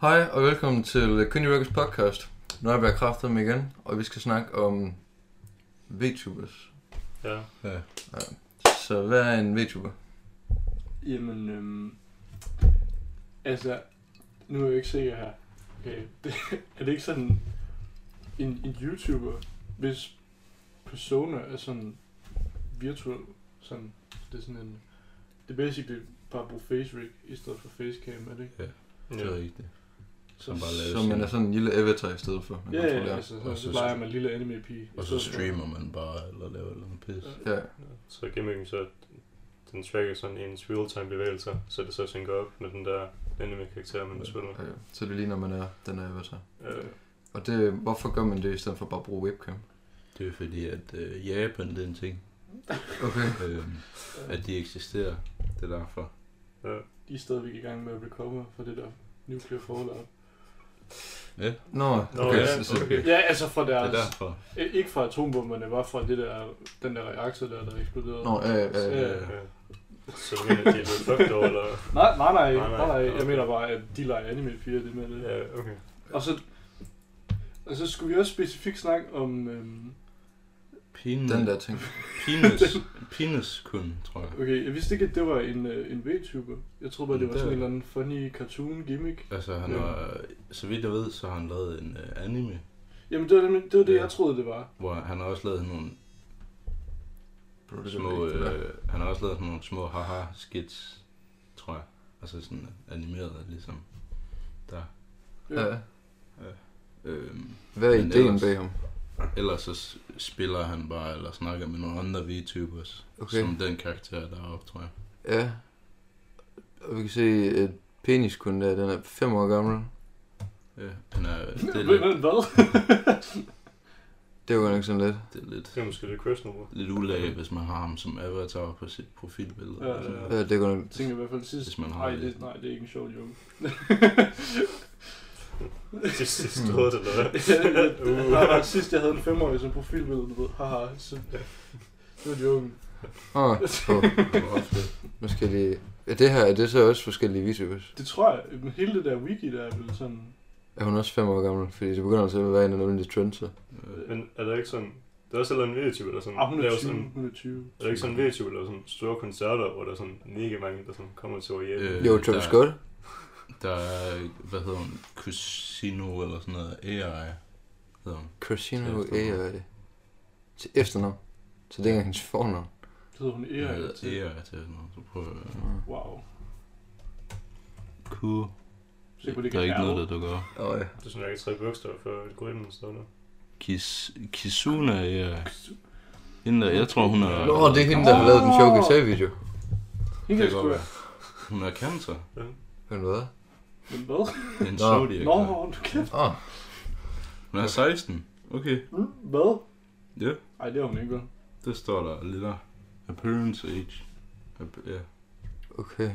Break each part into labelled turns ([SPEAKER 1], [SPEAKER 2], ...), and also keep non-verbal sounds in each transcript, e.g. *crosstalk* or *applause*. [SPEAKER 1] Hej og velkommen til Kønny Records podcast. Nu er vi kraftet med igen, og vi skal snakke om VTubers.
[SPEAKER 2] Ja.
[SPEAKER 3] Ja.
[SPEAKER 1] Så hvad er en VTuber?
[SPEAKER 2] Jamen, øhm, altså, nu er jeg jo ikke sikker her. Okay. *laughs* Det, er det ikke sådan, en, en YouTuber, hvis persona er sådan virtuel, sådan, det er sådan en, det er basically bare at bruge face rig i stedet for facecam, er det ikke?
[SPEAKER 3] Ja, det er rigtigt. Som bare laver
[SPEAKER 1] Så man er sådan en lille avatar i stedet for. man
[SPEAKER 2] Ja, ja,
[SPEAKER 1] kontrollerer.
[SPEAKER 2] altså, så,
[SPEAKER 3] Og
[SPEAKER 2] så
[SPEAKER 3] så
[SPEAKER 2] leger
[SPEAKER 3] st-
[SPEAKER 2] man en lille anime pige.
[SPEAKER 3] Og så streamer man bare, eller laver et eller andet pis.
[SPEAKER 1] ja.
[SPEAKER 4] Så gimmicken så, at den tracker sådan ens real-time bevægelser, så det så synker op med den der anime karakter, man
[SPEAKER 3] Ja.
[SPEAKER 4] spiller.
[SPEAKER 1] Okay. øh, Så det ligner, man er den her avatar.
[SPEAKER 4] Øh,
[SPEAKER 1] Og det, hvorfor gør man det, i stedet for bare at bruge webcam?
[SPEAKER 3] Det er fordi, at øh, Japan, det er en ting,
[SPEAKER 1] Okay.
[SPEAKER 3] øh, at de eksisterer. Det er derfor.
[SPEAKER 4] ja.
[SPEAKER 2] De er stadigvæk i gang med at recover fra det der nuclear fallout.
[SPEAKER 1] Nå, okay.
[SPEAKER 4] Nå,
[SPEAKER 1] okay.
[SPEAKER 4] ja,
[SPEAKER 1] Så, så,
[SPEAKER 4] okay.
[SPEAKER 2] Ja, altså fra
[SPEAKER 3] Det er
[SPEAKER 2] deres
[SPEAKER 3] derfor.
[SPEAKER 2] I- Ikke fra atombomberne, bare fra det der, den der reaktor der, der eksploderede.
[SPEAKER 1] Nå, ja, ja, ja.
[SPEAKER 2] Øh.
[SPEAKER 4] Øh, så du mener, at de er blevet fucked over, eller?
[SPEAKER 2] Nej, nej, nej,
[SPEAKER 4] Nej, nej.
[SPEAKER 2] nej, nej. Jeg
[SPEAKER 4] Okay.
[SPEAKER 2] mener bare, at de leger anime piger, det med det. Ja.
[SPEAKER 4] Ja, okay.
[SPEAKER 2] Og så, og så skulle vi også specifikt snakke om, øhm,
[SPEAKER 3] Penis.
[SPEAKER 1] Den der ting.
[SPEAKER 3] Penis. Penis kun, tror jeg.
[SPEAKER 2] okay, jeg vidste ikke, at det var en, øh, en VTuber. Jeg troede bare, det var
[SPEAKER 3] Det-
[SPEAKER 2] sådan en eller anden funny cartoon gimmick.
[SPEAKER 3] Altså, han
[SPEAKER 2] Ja.
[SPEAKER 3] har, så vidt jeg ved, så har han lavet en øh, anime,
[SPEAKER 2] Jamen, det var det, det, var det
[SPEAKER 3] Ja.
[SPEAKER 2] jeg troede, det var.
[SPEAKER 3] hvor han har også lavet nogle
[SPEAKER 1] Bro, det er
[SPEAKER 3] små,
[SPEAKER 1] vigtigt, det der.
[SPEAKER 3] øh, han har også lavet sådan nogle små haha-skits, tror jeg. Altså sådan animeret, ligesom.
[SPEAKER 1] Ja.
[SPEAKER 3] Øhm,
[SPEAKER 1] Hvad er
[SPEAKER 3] Men
[SPEAKER 1] ideen
[SPEAKER 3] ellers-
[SPEAKER 1] bag ham?
[SPEAKER 3] Ellers så s- spiller han bare, eller snakker med nogle andre VTubers,
[SPEAKER 1] Okay.
[SPEAKER 3] okay. som den karakter, der er op, tror jeg.
[SPEAKER 1] Ja. Og vi kan se, at penis kun er, den er 5 år gammel.
[SPEAKER 3] Ja, han er, det, er
[SPEAKER 2] Ved
[SPEAKER 3] lidt,
[SPEAKER 2] man hvad?
[SPEAKER 1] Det var nok sådan lidt.
[SPEAKER 3] det er
[SPEAKER 4] Det
[SPEAKER 3] lidt,
[SPEAKER 4] er måske lidt questionable.
[SPEAKER 3] lidt ulækkert, hvis man har ham som avatar på sit profilbillede. Altså,
[SPEAKER 2] Ja,
[SPEAKER 3] og sådan
[SPEAKER 2] ja.
[SPEAKER 3] noget.
[SPEAKER 1] Ja, det går nok.
[SPEAKER 2] Jeg tænker i hvert fald sidst.
[SPEAKER 3] Hvis man har
[SPEAKER 2] Nej,
[SPEAKER 3] det.
[SPEAKER 2] det, nej, det er ikke en sjov joke.
[SPEAKER 4] Det sidste stod *laughs* det, eller hvad?
[SPEAKER 2] uh. *laughs* Nej, nej, sidst jeg havde en femårig som profilbillede, du ved, haha, så... Det var joken.
[SPEAKER 1] Åh,
[SPEAKER 4] *laughs*
[SPEAKER 1] oh,
[SPEAKER 3] Hvor ofte?
[SPEAKER 1] nu skal jeg lige... Ja, det her, er det så også forskellige videos?
[SPEAKER 2] Det tror jeg, men hele det der wiki der er vel sådan...
[SPEAKER 1] Er hun også 5 år gammel? Fordi det begynder altså at være en af nogle af de trends, så.
[SPEAKER 3] Øh,
[SPEAKER 4] Men er der ikke sådan... Der er også et eller andet videotube, der sådan...
[SPEAKER 2] Ah, hun
[SPEAKER 4] Mm.
[SPEAKER 2] er
[SPEAKER 4] laver
[SPEAKER 2] 20,
[SPEAKER 4] sådan,
[SPEAKER 2] hun er 20.
[SPEAKER 4] er der ikke sådan en videotube, der laver sådan store koncerter, hvor der er sådan mega mange, der sådan kommer til Orienten?
[SPEAKER 3] Øh,
[SPEAKER 1] Jo, Travis
[SPEAKER 3] der-
[SPEAKER 1] Scott.
[SPEAKER 3] Der er, hvad hedder hun, Casino eller sådan noget, AI hedder hun.
[SPEAKER 1] Christina
[SPEAKER 3] til efternavn.
[SPEAKER 1] AI. Til efternavn. Så det er ikke engang hendes fornavn.
[SPEAKER 2] Så hedder hun
[SPEAKER 3] Hun
[SPEAKER 2] Era.
[SPEAKER 3] hedder
[SPEAKER 2] til- Mm.
[SPEAKER 3] AI til sådan noget, så prøver jeg.
[SPEAKER 2] Wow.
[SPEAKER 3] Cool.
[SPEAKER 2] Se på det
[SPEAKER 3] Der er ikke
[SPEAKER 2] kan
[SPEAKER 3] noget,
[SPEAKER 2] være.
[SPEAKER 3] der dukker op.
[SPEAKER 1] Åh oh, ja.
[SPEAKER 4] Det er sådan ikke tre bogstaver for algoritmen, står der.
[SPEAKER 3] Kis, Kisuna AI. Hende der, jeg tror, hun er...
[SPEAKER 1] Nå, det er hende, der har lavet den sjove guitar-video.
[SPEAKER 2] Hende
[SPEAKER 3] Det
[SPEAKER 2] kan
[SPEAKER 3] kan
[SPEAKER 2] sgu
[SPEAKER 3] godt
[SPEAKER 2] være.
[SPEAKER 3] være. Hun er cancer.
[SPEAKER 1] Ved du hvad?
[SPEAKER 2] Men hvad?
[SPEAKER 3] En
[SPEAKER 1] Nå.
[SPEAKER 3] zodiac.
[SPEAKER 2] Nå, hold du kæft.
[SPEAKER 1] Åh, oh,
[SPEAKER 3] Hun er 16. Okay.
[SPEAKER 2] Mm, Hvad?
[SPEAKER 3] Ja,
[SPEAKER 2] Ej, det er hun ikke, vel?
[SPEAKER 3] det står der lidt der. Appearance age. App- ja.
[SPEAKER 1] okay.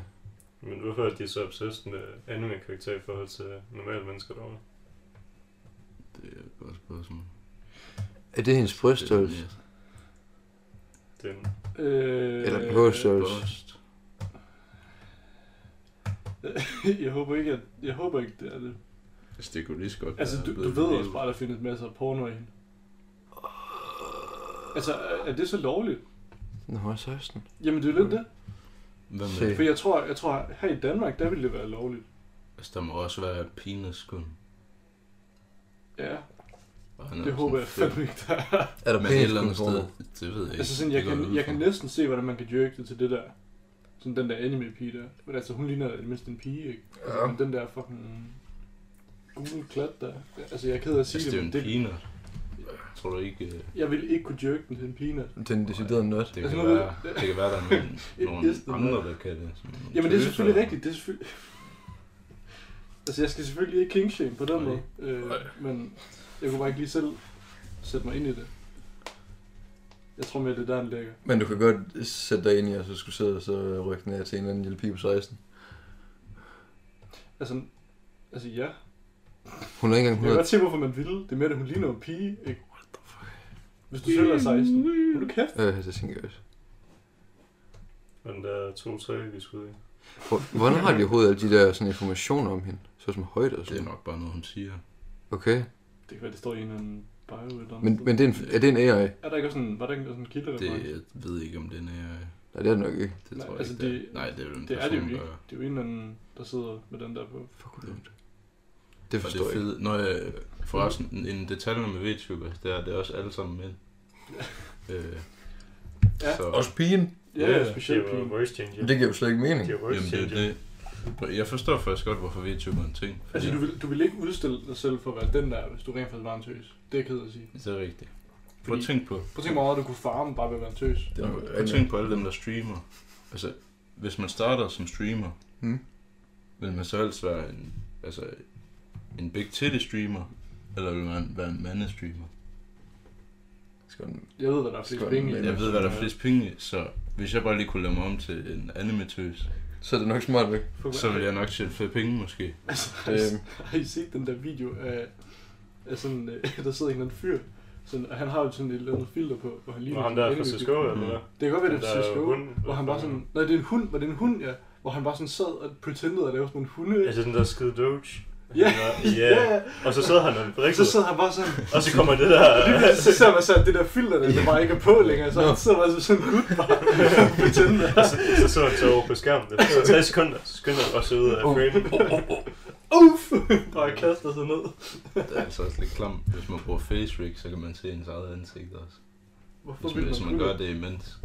[SPEAKER 4] Men hvorfor er de så obsessed med anime-karakterer i forhold til normale mennesker derovre?
[SPEAKER 3] Det er et godt spørgsmål.
[SPEAKER 1] Er det hendes bryststørrelse?
[SPEAKER 3] Det
[SPEAKER 4] Det er en
[SPEAKER 2] Øh,
[SPEAKER 1] Eller
[SPEAKER 3] er
[SPEAKER 1] bryststørrelse?
[SPEAKER 3] Bust.
[SPEAKER 2] *laughs* Jeg håber ikke, at, jeg håber ikke, det er det.
[SPEAKER 3] Altså, det kunne lige så godt
[SPEAKER 2] Altså,
[SPEAKER 3] være
[SPEAKER 2] du, du
[SPEAKER 3] blevet
[SPEAKER 2] ved
[SPEAKER 3] en
[SPEAKER 2] også
[SPEAKER 3] del.
[SPEAKER 2] bare, at der findes masser af porno i hende. Altså, er- er det så lovligt?
[SPEAKER 1] Når hun er 16.
[SPEAKER 2] Jamen, det er jo lidt det.
[SPEAKER 3] Hvem
[SPEAKER 1] Se.
[SPEAKER 3] er
[SPEAKER 2] For jeg tror, jeg tror her i Danmark, der ville det være lovligt.
[SPEAKER 3] Altså, der må også være penis kun.
[SPEAKER 2] Ja,
[SPEAKER 3] Og han er
[SPEAKER 2] det
[SPEAKER 3] jo
[SPEAKER 2] håber jeg
[SPEAKER 3] sådan fed.
[SPEAKER 2] fandme ikke, der er.
[SPEAKER 1] Er der
[SPEAKER 3] Men et
[SPEAKER 1] penis
[SPEAKER 3] eller andet
[SPEAKER 1] på
[SPEAKER 3] sted,
[SPEAKER 1] porno?
[SPEAKER 3] det ved jeg ikke.
[SPEAKER 2] Altså sådan, jeg
[SPEAKER 3] Det går
[SPEAKER 2] kan,
[SPEAKER 3] ud
[SPEAKER 2] jeg
[SPEAKER 3] fra.
[SPEAKER 2] kan næsten se, hvordan man kan jerke det til det der. Sådan den der anime-pige der. Men altså, hun ligner i det mindste en pige, ikke? Altså,
[SPEAKER 1] Ja.
[SPEAKER 2] Men den der fucking gule klat der. Altså, jeg er ked af at sige
[SPEAKER 3] Altså, det er jo
[SPEAKER 2] men
[SPEAKER 3] en peanut. Tror du ikke... øh,
[SPEAKER 2] Jeg vil ikke kunne jerke den til en peanut.
[SPEAKER 1] Det er en decideret nut.
[SPEAKER 3] Det
[SPEAKER 2] Altså,
[SPEAKER 3] kan,
[SPEAKER 2] nu ved
[SPEAKER 3] være,
[SPEAKER 2] jeg-
[SPEAKER 3] det kan være, der er
[SPEAKER 2] *laughs*
[SPEAKER 3] nogle,
[SPEAKER 2] Et
[SPEAKER 3] nogle
[SPEAKER 2] gæst, det
[SPEAKER 3] andre, der kan det. Sådan nogle
[SPEAKER 2] Jamen, det er
[SPEAKER 3] tøser.
[SPEAKER 2] selvfølgelig rigtigt. Det er selvfølgelig... *laughs* Altså, jeg skal selvfølgelig ikke kingshame på den
[SPEAKER 3] Nej.
[SPEAKER 2] måde. Øh, men jeg kunne bare ikke lige selv sætte mig ind i det. Jeg tror mere, det er der, den ligger.
[SPEAKER 1] Men du kan godt sætte dig ind i, at så skulle sidde og så rykke den af til en eller anden lille pige på 16.
[SPEAKER 2] Altså, altså ja.
[SPEAKER 1] Hun er ikke engang
[SPEAKER 2] Jeg kan
[SPEAKER 1] 100.
[SPEAKER 2] godt se, hvorfor man ville. Det er mere, at hun ligner en pige, ikke? Hvis du selv er 16. Hold du kæft?
[SPEAKER 1] Øh, det tænker jeg også.
[SPEAKER 4] Men der er to-tre, vi skulle ud i.
[SPEAKER 1] Hvor, hvordan har de overhovedet alle de der sådan informationer om hende? Så som højde og
[SPEAKER 3] Altså, Det er
[SPEAKER 1] sådan
[SPEAKER 3] nok bare noget, hun siger.
[SPEAKER 1] Okay,
[SPEAKER 2] Det kan være, det står i en eller anden bio eller noget.
[SPEAKER 1] men, men det er, en, er det en AI?
[SPEAKER 2] Er der ikke også sådan, var der ikke sådan en kilde, der
[SPEAKER 3] Det,
[SPEAKER 2] det,
[SPEAKER 3] jeg ved ikke, om den er...
[SPEAKER 1] Nej, det er det nok ikke.
[SPEAKER 3] Det
[SPEAKER 2] Nej,
[SPEAKER 3] tror jeg
[SPEAKER 2] altså
[SPEAKER 3] ikke, det,
[SPEAKER 2] det-
[SPEAKER 3] er. Nej, det er jo en
[SPEAKER 2] det er
[SPEAKER 3] person,
[SPEAKER 2] det jo ikke.
[SPEAKER 3] der...
[SPEAKER 2] Det er jo en eller anden, der sidder med den der på.
[SPEAKER 1] Fuck, hvor er det ondt. Det
[SPEAKER 3] Og
[SPEAKER 1] forstår
[SPEAKER 3] det
[SPEAKER 1] jeg
[SPEAKER 3] er
[SPEAKER 1] ikke.
[SPEAKER 3] fede. Nå, øh, forresten, en- en detalje med VTubers, det er, at det er også alle sammen
[SPEAKER 2] *laughs*
[SPEAKER 3] med. øh,
[SPEAKER 2] Ja.
[SPEAKER 3] så,
[SPEAKER 1] Også pigen.
[SPEAKER 2] Ja, ja specielt
[SPEAKER 4] Det er jo
[SPEAKER 2] pigen.
[SPEAKER 4] voice changer.
[SPEAKER 1] Det giver jo slet ikke mening.
[SPEAKER 4] Det er voice
[SPEAKER 3] jamen, det,
[SPEAKER 4] changer.
[SPEAKER 3] det, jeg forstår faktisk godt, hvorfor VTuber er en ting. Fordi,
[SPEAKER 2] Altså, du vil, du vil ikke udstille dig selv for at være den der, hvis du rent faktisk var en tøs. Det er jeg ked af at sige.
[SPEAKER 3] Det er rigtigt. Prøv
[SPEAKER 2] Fordi-
[SPEAKER 3] at tænke på.
[SPEAKER 2] Prøv at tænke hvor meget, du kunne farme bare ved at være en tøs.
[SPEAKER 1] Det er jo-
[SPEAKER 3] Prøv at tænke på alle dem, der streamer. Altså, hvis man starter som streamer,
[SPEAKER 1] Mm.
[SPEAKER 3] vil man så helst være en, altså, en big titty streamer, eller vil man være en mandestreamer?
[SPEAKER 1] Skal den-
[SPEAKER 2] Jeg ved, hvad der er flest
[SPEAKER 1] Skal-
[SPEAKER 2] penge i.
[SPEAKER 1] Ja,
[SPEAKER 3] Jeg ved, hvad der er flest penge, i, så hvis jeg bare lige kunne lave mig om til en animatøs,
[SPEAKER 1] Så er det nok smart nok.
[SPEAKER 2] Fuck,
[SPEAKER 3] så ville jeg nok tjene flere penge måske.
[SPEAKER 2] *laughs* Altså, har, I,
[SPEAKER 1] Øhm,
[SPEAKER 2] har I set den der video af, af sådan, øh, *laughs* der sidder en eller anden fyr, sådan, og han har jo sådan et eller andet filter på, hvor han
[SPEAKER 4] Lige
[SPEAKER 2] ligner
[SPEAKER 4] Nå, ham
[SPEAKER 2] sådan
[SPEAKER 4] der
[SPEAKER 2] en
[SPEAKER 4] fra
[SPEAKER 2] alien-dyr.
[SPEAKER 4] Cisco, eller hvad?
[SPEAKER 2] Det kan godt være, det
[SPEAKER 4] Den
[SPEAKER 2] er
[SPEAKER 4] der
[SPEAKER 2] Cisco,
[SPEAKER 4] hund,
[SPEAKER 2] hvor han bare sådan, nej, det er en hund, var det er en hund, ja. Hvor han bare sådan sad og pretendede at lave sådan nogle hunde.
[SPEAKER 4] Altså den der skide doge.
[SPEAKER 2] *laughs* Ja,
[SPEAKER 4] ja. Og så sidder han og
[SPEAKER 2] Så
[SPEAKER 4] brikser,
[SPEAKER 2] sidder han bare sådan,
[SPEAKER 4] og så kommer det der...
[SPEAKER 2] og det bliver, så ser man så, at det der filter, der, det bare ikke er på længere, så
[SPEAKER 1] Nå.
[SPEAKER 2] han sidder bare som sådan en gut
[SPEAKER 4] *laughs*
[SPEAKER 2] bare og pretendede.
[SPEAKER 4] Og så, så sidder han så over på skærmen. Det er 60 sekunder, så skynder han også ud af
[SPEAKER 1] Oh.
[SPEAKER 4] frame.
[SPEAKER 2] Uff! Bare kaster sig ned.
[SPEAKER 3] Det er altså også lidt klamt. Hvis man bruger face rig, så kan man se ens eget ansigt også.
[SPEAKER 2] Hvorfor
[SPEAKER 3] Hvis
[SPEAKER 2] vil
[SPEAKER 3] man, hvis man
[SPEAKER 2] kunne
[SPEAKER 3] gør det imens,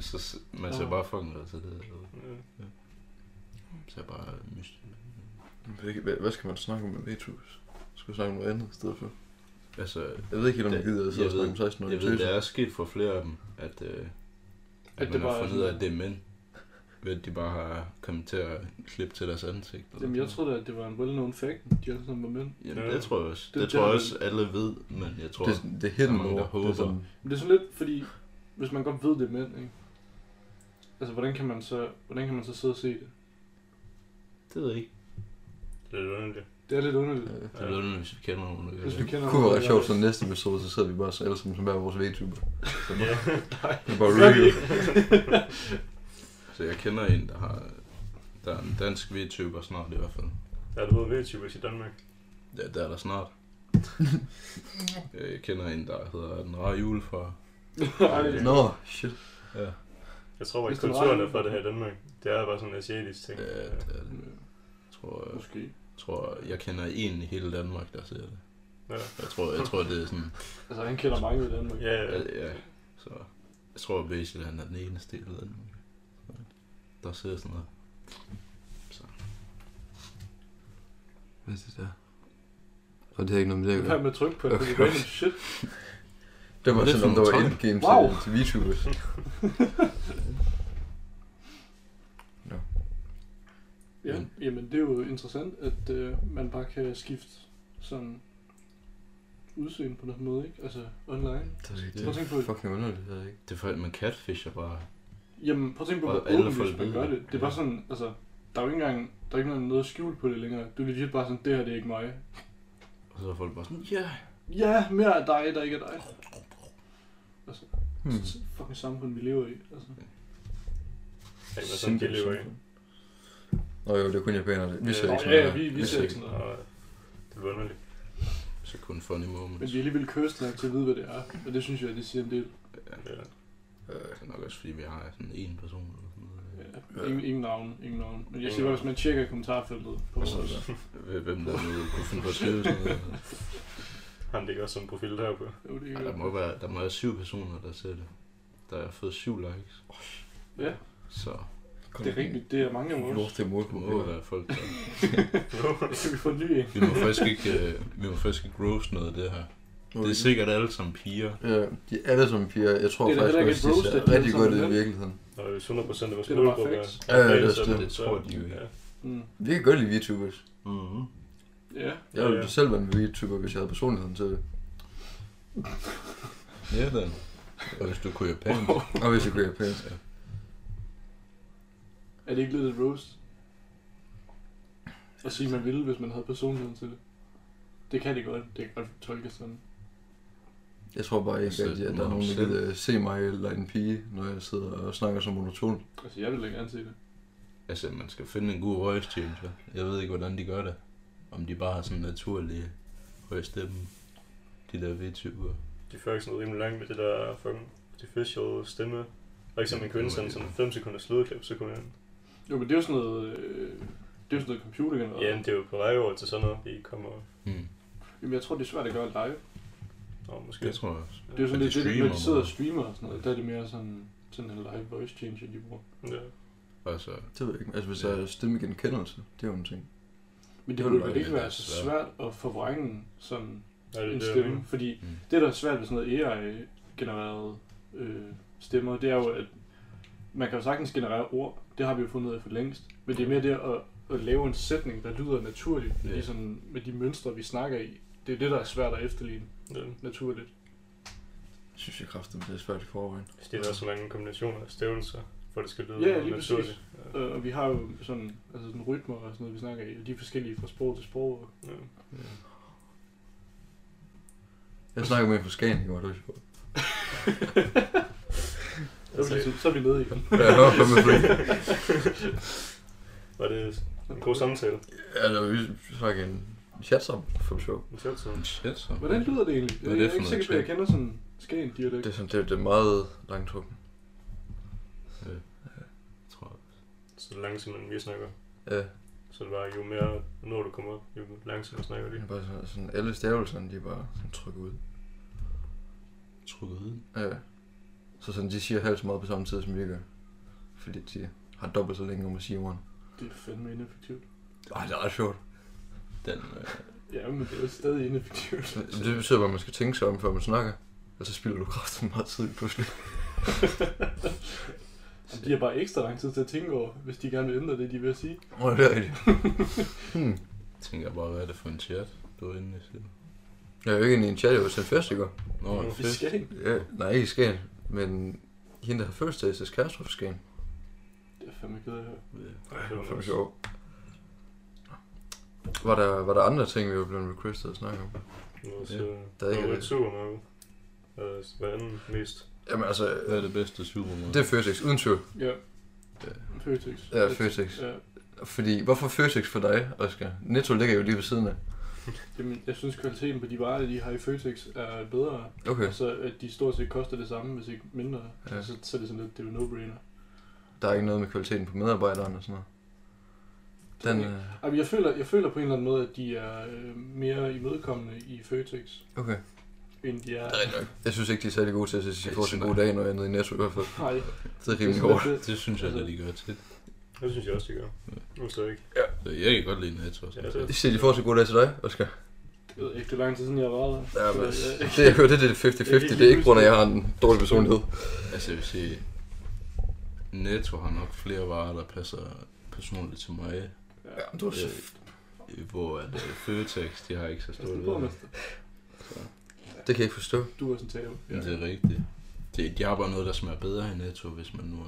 [SPEAKER 3] så s- man ser bare fucking ud til det.
[SPEAKER 4] Mm.
[SPEAKER 3] Så er bare mystisk.
[SPEAKER 1] Jeg ved ikke, Hvad, hvad skal man snakke om med Vetus? Skal vi snakke om noget andet i stedet for?
[SPEAKER 3] Altså,
[SPEAKER 1] Jeg ved ikke helt, om jeg
[SPEAKER 3] Det-
[SPEAKER 1] gider at sidde og
[SPEAKER 3] jeg
[SPEAKER 1] snakke
[SPEAKER 3] ved-
[SPEAKER 1] om 16 år.
[SPEAKER 3] jeg ved, det er sket for flere af dem, at, øh, at,
[SPEAKER 2] At
[SPEAKER 3] at
[SPEAKER 2] det
[SPEAKER 3] man har
[SPEAKER 2] bare er
[SPEAKER 3] fundet ud af,
[SPEAKER 2] sådan-
[SPEAKER 3] at det er mænd. Ved at de bare har kommet til at klippe til deres ansigt. eller
[SPEAKER 2] Jamen, jeg
[SPEAKER 3] sådan
[SPEAKER 2] troede, at det var en well-known fact, de alle sammen var mænd.
[SPEAKER 3] noget. Jamen, det tror jeg også.
[SPEAKER 2] Det-
[SPEAKER 3] Det,
[SPEAKER 2] det
[SPEAKER 3] tror
[SPEAKER 2] har
[SPEAKER 3] jeg
[SPEAKER 2] man-
[SPEAKER 3] også, alle ved, men jeg tror...
[SPEAKER 1] det, det er hidden
[SPEAKER 3] der er mange,
[SPEAKER 1] lore.
[SPEAKER 3] der
[SPEAKER 1] Det er
[SPEAKER 3] håber.
[SPEAKER 1] sådan,
[SPEAKER 2] Men det er sådan lidt, fordi hvis man godt ved, det er mænd, ikke? Altså, hvordan kan man så, hvordan kan man så sidde og se det?
[SPEAKER 3] det ved jeg ikke.
[SPEAKER 4] Det er lidt underligt.
[SPEAKER 2] Det er lidt underligt.
[SPEAKER 1] øh,
[SPEAKER 3] Det er noget, hvis vi kender nogen, der gør
[SPEAKER 2] Hvis vi
[SPEAKER 3] det.
[SPEAKER 2] kender
[SPEAKER 1] det kunne være
[SPEAKER 2] der
[SPEAKER 1] ret sjovt,
[SPEAKER 2] gør
[SPEAKER 1] så næste episode, så sidder vi bare alle sammen som hver vores VTuber. Så
[SPEAKER 4] Ja.
[SPEAKER 2] *laughs*
[SPEAKER 1] det er bare review.
[SPEAKER 3] Så jeg kender en, der har... Der er en dansk VTuber snart i hvert fald.
[SPEAKER 4] Der er du ved VTubers i Danmark.
[SPEAKER 3] Ja, det er der snart. jeg kender en, der hedder Den Rare Julefar.
[SPEAKER 2] det.
[SPEAKER 1] Nå, shit.
[SPEAKER 3] Ja,
[SPEAKER 4] Jeg tror bare,
[SPEAKER 2] Hvis
[SPEAKER 4] at
[SPEAKER 2] det var-
[SPEAKER 4] kulturen er for det her i Danmark. Det er bare sådan en asiatisk ting.
[SPEAKER 3] ja det er det. Jeg tror, jeg
[SPEAKER 2] *laughs* Måske.
[SPEAKER 3] tror, jeg kender en i hele Danmark, der ser det.
[SPEAKER 4] Ja.
[SPEAKER 3] Jeg tror, jeg tror det er sådan...
[SPEAKER 2] Altså, han kender mange i Danmark.
[SPEAKER 4] Ja, ja.
[SPEAKER 3] Ja, ja. Så jeg tror, basically, han er den eneste i hele Danmark. Der ser sådan noget.
[SPEAKER 1] Hvad er det der? Og det har ikke noget med det at
[SPEAKER 2] Det her
[SPEAKER 1] gøre.
[SPEAKER 2] med tryk på, det
[SPEAKER 1] Okay.
[SPEAKER 2] er random shit.
[SPEAKER 1] Det var
[SPEAKER 3] Hvad er
[SPEAKER 1] sådan,
[SPEAKER 3] det for
[SPEAKER 1] om der var
[SPEAKER 3] nogle
[SPEAKER 1] endgame
[SPEAKER 2] Wow.
[SPEAKER 1] til, til VTubers.
[SPEAKER 2] Ja,
[SPEAKER 1] Men-
[SPEAKER 2] jamen det er jo interessant, at øh, man bare kan skifte sådan udseende på den måde, ikke? Altså online.
[SPEAKER 1] Det er,
[SPEAKER 2] Prøv at
[SPEAKER 1] det
[SPEAKER 2] tænke på,
[SPEAKER 1] er fucking underligt, det er ikke.
[SPEAKER 3] Det er for, at man catfisher bare.
[SPEAKER 2] jamen prøv at tænke på,
[SPEAKER 3] Og
[SPEAKER 2] hvor
[SPEAKER 3] alle
[SPEAKER 2] åbenlyst
[SPEAKER 3] folk
[SPEAKER 2] man
[SPEAKER 3] ved
[SPEAKER 2] gør
[SPEAKER 3] det.
[SPEAKER 2] det. Det er bare
[SPEAKER 3] Ja.
[SPEAKER 2] sådan, altså, der er jo ikke engang, der er ikke engang noget skjult på det længere. Du er legit bare sådan, det her det er ikke mig.
[SPEAKER 3] Og så er folk bare sådan, ja.
[SPEAKER 2] Ja, mere af dig, der ikke er dig.
[SPEAKER 1] Hmm.
[SPEAKER 2] Hmm. Fucking samfund, vi lever i. Altså.
[SPEAKER 4] Det er sådan, de lever i.
[SPEAKER 1] Nå jo, det er kun japanere. det. Vi
[SPEAKER 4] Ja.
[SPEAKER 1] ser
[SPEAKER 2] Nå,
[SPEAKER 1] ikke sådan
[SPEAKER 2] ja,
[SPEAKER 1] noget.
[SPEAKER 2] ja, vi, vi
[SPEAKER 1] Vi
[SPEAKER 2] ser ikke sådan noget.
[SPEAKER 4] Og det er underligt.
[SPEAKER 3] Så kun funny
[SPEAKER 2] Men
[SPEAKER 3] moments.
[SPEAKER 2] vi er alligevel cursed nok til at vide, hvad det er. Og det synes jeg, det siger en del.
[SPEAKER 4] Ja.
[SPEAKER 3] Øh, Det er nok også, fordi vi har sådan en person eller sådan noget.
[SPEAKER 2] Ja. Ingen, ingen navn, ingen navn. Men jeg siger bare, hvis man tjekker kommentarfeltet på
[SPEAKER 3] Altså,
[SPEAKER 2] vores...
[SPEAKER 3] Hvem der nu kunne finde på at skrive sådan noget.
[SPEAKER 4] Han ligger også som profil derpå.
[SPEAKER 2] Jo, det er
[SPEAKER 3] Ej, der må være, der må være syv personer, der ser det. Der har fået syv likes.
[SPEAKER 2] Ja.
[SPEAKER 3] Så
[SPEAKER 1] Kom,
[SPEAKER 2] Det er rigtigt, det er mange af vores.
[SPEAKER 1] Lort til mål.
[SPEAKER 3] det må være folk, der...
[SPEAKER 2] Vi får en ny en.
[SPEAKER 3] Vi må faktisk ikke, øh, vi må faktisk ikke roast noget af det her. Det er sikkert alle sammen piger.
[SPEAKER 1] Ja, de er alle som piger. Jeg tror
[SPEAKER 2] Det er da
[SPEAKER 1] faktisk
[SPEAKER 2] heller ikke
[SPEAKER 1] også,
[SPEAKER 2] et
[SPEAKER 1] de
[SPEAKER 2] roast, at de
[SPEAKER 1] ser
[SPEAKER 2] alle
[SPEAKER 1] rigtig
[SPEAKER 2] sammen
[SPEAKER 1] godt ud
[SPEAKER 2] er
[SPEAKER 1] i
[SPEAKER 2] mænd.
[SPEAKER 1] virkeligheden.
[SPEAKER 4] Og 100% af vores
[SPEAKER 2] Det er da bare
[SPEAKER 4] målgruppe
[SPEAKER 2] facts.
[SPEAKER 1] Ja, ja, det er
[SPEAKER 4] fredag, så-
[SPEAKER 1] det.
[SPEAKER 3] Det tror de jo ikke.
[SPEAKER 4] Ja.
[SPEAKER 2] Mm.
[SPEAKER 1] Vi kan godt lide VTubers.
[SPEAKER 3] Mm-hmm.
[SPEAKER 2] Ja.
[SPEAKER 1] Jeg
[SPEAKER 4] Ja,
[SPEAKER 1] ville
[SPEAKER 4] ja.
[SPEAKER 1] selv være en VTuber, hvis jeg havde personligheden til det.
[SPEAKER 3] Ja, den. Og hvis du altså, kunne japansk.
[SPEAKER 1] Og hvis jeg kunne japansk.
[SPEAKER 2] Er det ikke lidt et roast? At sige, man ville, hvis man havde personligheden til det. Det kan det godt. Det kan godt tolkes sådan.
[SPEAKER 1] Jeg tror bare ikke
[SPEAKER 3] Altså,
[SPEAKER 1] rigtig, at
[SPEAKER 3] du
[SPEAKER 1] der er
[SPEAKER 3] må
[SPEAKER 1] nogen, der
[SPEAKER 3] selv.
[SPEAKER 1] gider se mig eller en pige, når jeg sidder og snakker så monoton.
[SPEAKER 2] Altså, jeg vil ikke anse det.
[SPEAKER 3] Altså, man skal finde en god voice changer. Jeg ved ikke, hvordan de gør det. Om de bare har sådan naturlige højstemme. De der VTU'er.
[SPEAKER 4] De fører ikke sådan rimelig langt med det der fucking artificial stemme. Og ikke som en kvinde sendte sådan 5 sekunders lydklip, så kunne han...
[SPEAKER 2] Jo, men det er jo sådan noget... Øh, det er jo sådan noget computergenereret.
[SPEAKER 4] Ja, men det er jo på vej over til sådan noget, vi kommer...
[SPEAKER 3] Hmm.
[SPEAKER 2] Jamen, jeg tror, det er svært at gøre live.
[SPEAKER 4] Og måske...
[SPEAKER 3] Det tror jeg også.
[SPEAKER 2] Det er jo sådan
[SPEAKER 3] de
[SPEAKER 2] lidt, det, det, når
[SPEAKER 3] streamer
[SPEAKER 2] de sidder og
[SPEAKER 3] meget.
[SPEAKER 2] streamer og sådan noget, der er det mere sådan, sådan en live voice changer, de bruger.
[SPEAKER 4] Ja.
[SPEAKER 3] Altså,
[SPEAKER 1] Det ved jeg ikke. Altså, hvis der er stemmegenkendelse, det er jo en ting.
[SPEAKER 2] Men
[SPEAKER 1] Det
[SPEAKER 2] det,
[SPEAKER 1] er
[SPEAKER 2] det ville
[SPEAKER 1] nok
[SPEAKER 2] vel ikke
[SPEAKER 3] lidt
[SPEAKER 2] være så
[SPEAKER 3] svært.
[SPEAKER 2] svært at forvrænge sådan
[SPEAKER 4] Nej, det, er
[SPEAKER 2] en
[SPEAKER 4] det, jeg
[SPEAKER 2] stemme,
[SPEAKER 4] mener.
[SPEAKER 2] fordi
[SPEAKER 3] mm.
[SPEAKER 2] det, der er svært ved sådan noget AI-genererede øh, stemmer, det er jo, at man kan jo sagtens generere ord, det har vi jo fundet ud af for længst, men det er mere det at, at lave en sætning, der lyder naturligt,
[SPEAKER 3] Ja.
[SPEAKER 2] yeah. ligesom med de mønstre, vi snakker i. Det er det, der er svært at efterligne
[SPEAKER 4] Ja.
[SPEAKER 2] naturligt.
[SPEAKER 1] Jeg synes jeg kraftigt, det er svært i forvejen.
[SPEAKER 4] Hvis det er så mange kombinationer af stævelser, for at det skal lyde
[SPEAKER 2] Ja, lige præcis.
[SPEAKER 4] Ja.
[SPEAKER 2] Øh, Og vi har jo sådan, altså sådan rytmer og sådan noget, vi snakker i, og de er forskellige fra sprog til sprog, og
[SPEAKER 4] Ja.
[SPEAKER 1] Jeg snakker med en fra Skagen i går, det var sjovt.
[SPEAKER 3] Altså-
[SPEAKER 2] så, så, så er vi nede i den.
[SPEAKER 1] Ja, Jeg var kommet fri.
[SPEAKER 4] Var det en god samtale?
[SPEAKER 1] Altså, vi snakker en chat sammen, for sjov.
[SPEAKER 4] En sjov tid.
[SPEAKER 3] Men Shit, så.
[SPEAKER 2] Hvordan lyder det egentlig?
[SPEAKER 3] Hvad
[SPEAKER 2] Jeg
[SPEAKER 3] er
[SPEAKER 2] er,
[SPEAKER 3] det
[SPEAKER 2] jeg er
[SPEAKER 3] for
[SPEAKER 2] ikke
[SPEAKER 3] noget
[SPEAKER 2] sikker på, at jeg kender sådan skagen dialekt.
[SPEAKER 1] Det er sådan, det, det er meget langtrukken.
[SPEAKER 3] Ja. Tror jeg.
[SPEAKER 4] Så det langsomt, men vi snakker.
[SPEAKER 1] Ja,
[SPEAKER 4] Så det var jo mere, når du kommer op, jo langsommere snakker
[SPEAKER 1] det
[SPEAKER 4] de.
[SPEAKER 1] er bare sådan, sådan alle stavelserne, de er bare sådan trykket ud.
[SPEAKER 3] Trykket ud.
[SPEAKER 1] Ja. Så sådan, de siger halvt så meget på samme tid, som vi gør. Fordi de har dobbelt så længe om at sige ordene.
[SPEAKER 2] Det er fandme ineffektivt.
[SPEAKER 1] Ej, det er ret sjovt.
[SPEAKER 3] Den, øh,
[SPEAKER 2] Ja, men det er jo
[SPEAKER 3] *laughs*
[SPEAKER 2] stadig ineffektivt.
[SPEAKER 1] Det betyder bare, at man skal tænke sig om, før man snakker. Og så spilder du kraften meget tid pludselig.
[SPEAKER 2] De har bare ekstra lang tid til at tænke over, hvis de gerne vil ændre det, de vil sige.
[SPEAKER 1] Åh, det er rigtigt. hmm.
[SPEAKER 3] tænker jeg bare, hvad er det for en chat, du er inde i siden?
[SPEAKER 1] Jeg er jo ikke inde i en chat, jeg var til en fest i går.
[SPEAKER 3] Nå,
[SPEAKER 4] Nå,
[SPEAKER 3] en
[SPEAKER 2] Vi
[SPEAKER 3] fest.
[SPEAKER 2] skal ikke.
[SPEAKER 1] Ja, nej, ikke i Skagen. Men hende, der har fødselsdags kæreste var fra Skagen.
[SPEAKER 2] Det er fandme ked af at høre.
[SPEAKER 3] Ja.
[SPEAKER 1] Det var fandme sjovt. Var der, var der andre ting, vi var blevet requestet at snakke om?
[SPEAKER 4] Nå, så
[SPEAKER 1] Der er
[SPEAKER 4] der
[SPEAKER 1] ikke-
[SPEAKER 4] var et supermarked. Øh, Hvad anden mest?
[SPEAKER 1] Jamen altså,
[SPEAKER 3] Hvad er det bedste supermarked?
[SPEAKER 1] det er Føtex, uden tvivl.
[SPEAKER 2] Ja,
[SPEAKER 3] Ja.
[SPEAKER 2] Føtex.
[SPEAKER 1] Ja, Føtex.
[SPEAKER 2] Ja.
[SPEAKER 1] Fordi, hvorfor Føtex for dig, Oscar? Netto ligger jo lige ved siden af.
[SPEAKER 2] Jamen, jeg synes, kvaliteten på de varer, de har i Føtex, er bedre.
[SPEAKER 1] Okay,
[SPEAKER 2] Og så at de stort set koster det samme, hvis ikke mindre.
[SPEAKER 1] Ja.
[SPEAKER 2] Ja. Så, så er det sådan lidt, det er jo no-brainer.
[SPEAKER 1] der er ikke noget med kvaliteten på medarbejderne og sådan noget. Den, øh,
[SPEAKER 2] Jamen, jeg føler, jeg føler på en eller anden måde, at de er øh, mere imødekommende i Føtex,
[SPEAKER 1] okay.
[SPEAKER 2] end de er...
[SPEAKER 1] Jeg synes ikke, de er særlig gode til at sige,
[SPEAKER 3] Det er
[SPEAKER 1] få en
[SPEAKER 3] sådan
[SPEAKER 1] god dag, når jeg er nede i Netto i hvert fald.
[SPEAKER 2] Nej,
[SPEAKER 1] Det er
[SPEAKER 2] det er
[SPEAKER 1] rimelig
[SPEAKER 2] sådan
[SPEAKER 1] hårdt.
[SPEAKER 2] lidt det.
[SPEAKER 3] Det synes jeg,
[SPEAKER 2] Altså-
[SPEAKER 3] at de gør tit.
[SPEAKER 4] Det synes jeg også, de gør. Nu så ikke.
[SPEAKER 3] Jeg kan godt lide Netto.
[SPEAKER 4] Ja, det er-
[SPEAKER 1] Det siger, de får en god dag til dig, Oscar.
[SPEAKER 2] Jeg ved ikke, det er lang tid siden, jeg har været der.
[SPEAKER 1] Ja,
[SPEAKER 2] Så
[SPEAKER 1] men,
[SPEAKER 2] jeg-
[SPEAKER 1] det, er jo det, det er 50-50. Det er ikke grund af, at jeg har en dårlig personlighed.
[SPEAKER 3] Altså, jeg vil sige, Netto har nok flere varer, der passer personligt til mig.
[SPEAKER 1] Ja, men du er
[SPEAKER 3] Øh, Hvor at øh, Føtex, de har ikke så
[SPEAKER 2] Altså,
[SPEAKER 3] stort
[SPEAKER 2] det er
[SPEAKER 3] udvalg.
[SPEAKER 2] borgmester.
[SPEAKER 1] Det kan jeg ikke forstå.
[SPEAKER 2] Du er sådan taber.
[SPEAKER 3] Men det er rigtigt. De, de har bare noget, der smager bedre i Netto, hvis man nu er,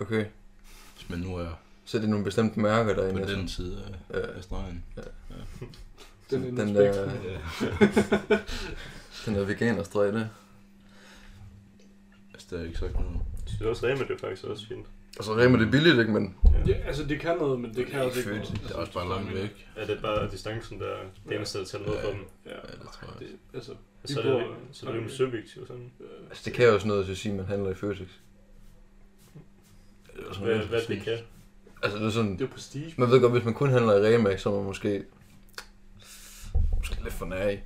[SPEAKER 1] Okay.
[SPEAKER 3] hvis man nu er
[SPEAKER 1] Så er det nogle bestemte mærker, der er i
[SPEAKER 3] på
[SPEAKER 1] Netto. Øh.
[SPEAKER 3] den side af,
[SPEAKER 1] Ja.
[SPEAKER 3] af stregen.
[SPEAKER 2] Den, den,
[SPEAKER 1] Den
[SPEAKER 2] den
[SPEAKER 1] der-
[SPEAKER 2] der...
[SPEAKER 3] Ja.
[SPEAKER 1] Den der veganerstreg, der.
[SPEAKER 3] Altså, der er ikke sagt noget.
[SPEAKER 4] Jeg synes også, Rema det er faktisk også fint.
[SPEAKER 1] Og så remmer det billigt, ikke? Men
[SPEAKER 2] Ja, altså det kan noget, men det kan
[SPEAKER 1] er
[SPEAKER 2] også ikke
[SPEAKER 1] ikke
[SPEAKER 2] noget.
[SPEAKER 1] fedt.
[SPEAKER 3] Det er også bare langt væk.
[SPEAKER 4] Er det bare distancen, der er det eneste, der tæller noget for dem?
[SPEAKER 2] Ja,
[SPEAKER 3] Ja, det tror jeg.
[SPEAKER 2] det, altså,
[SPEAKER 4] Og Så er det, så er det rimelig subjektivt sådan.
[SPEAKER 2] øh,
[SPEAKER 1] altså, det kan jo også noget til at sige, at man handler i Føtex. Det er jo sådan
[SPEAKER 4] Hvad,
[SPEAKER 1] lidt-
[SPEAKER 4] hvad det kan.
[SPEAKER 1] Altså, det er sådan...
[SPEAKER 2] det er jo prestige.
[SPEAKER 1] Man ved godt, hvis man kun handler i Rema, så er man måske... Måske lidt for nær i.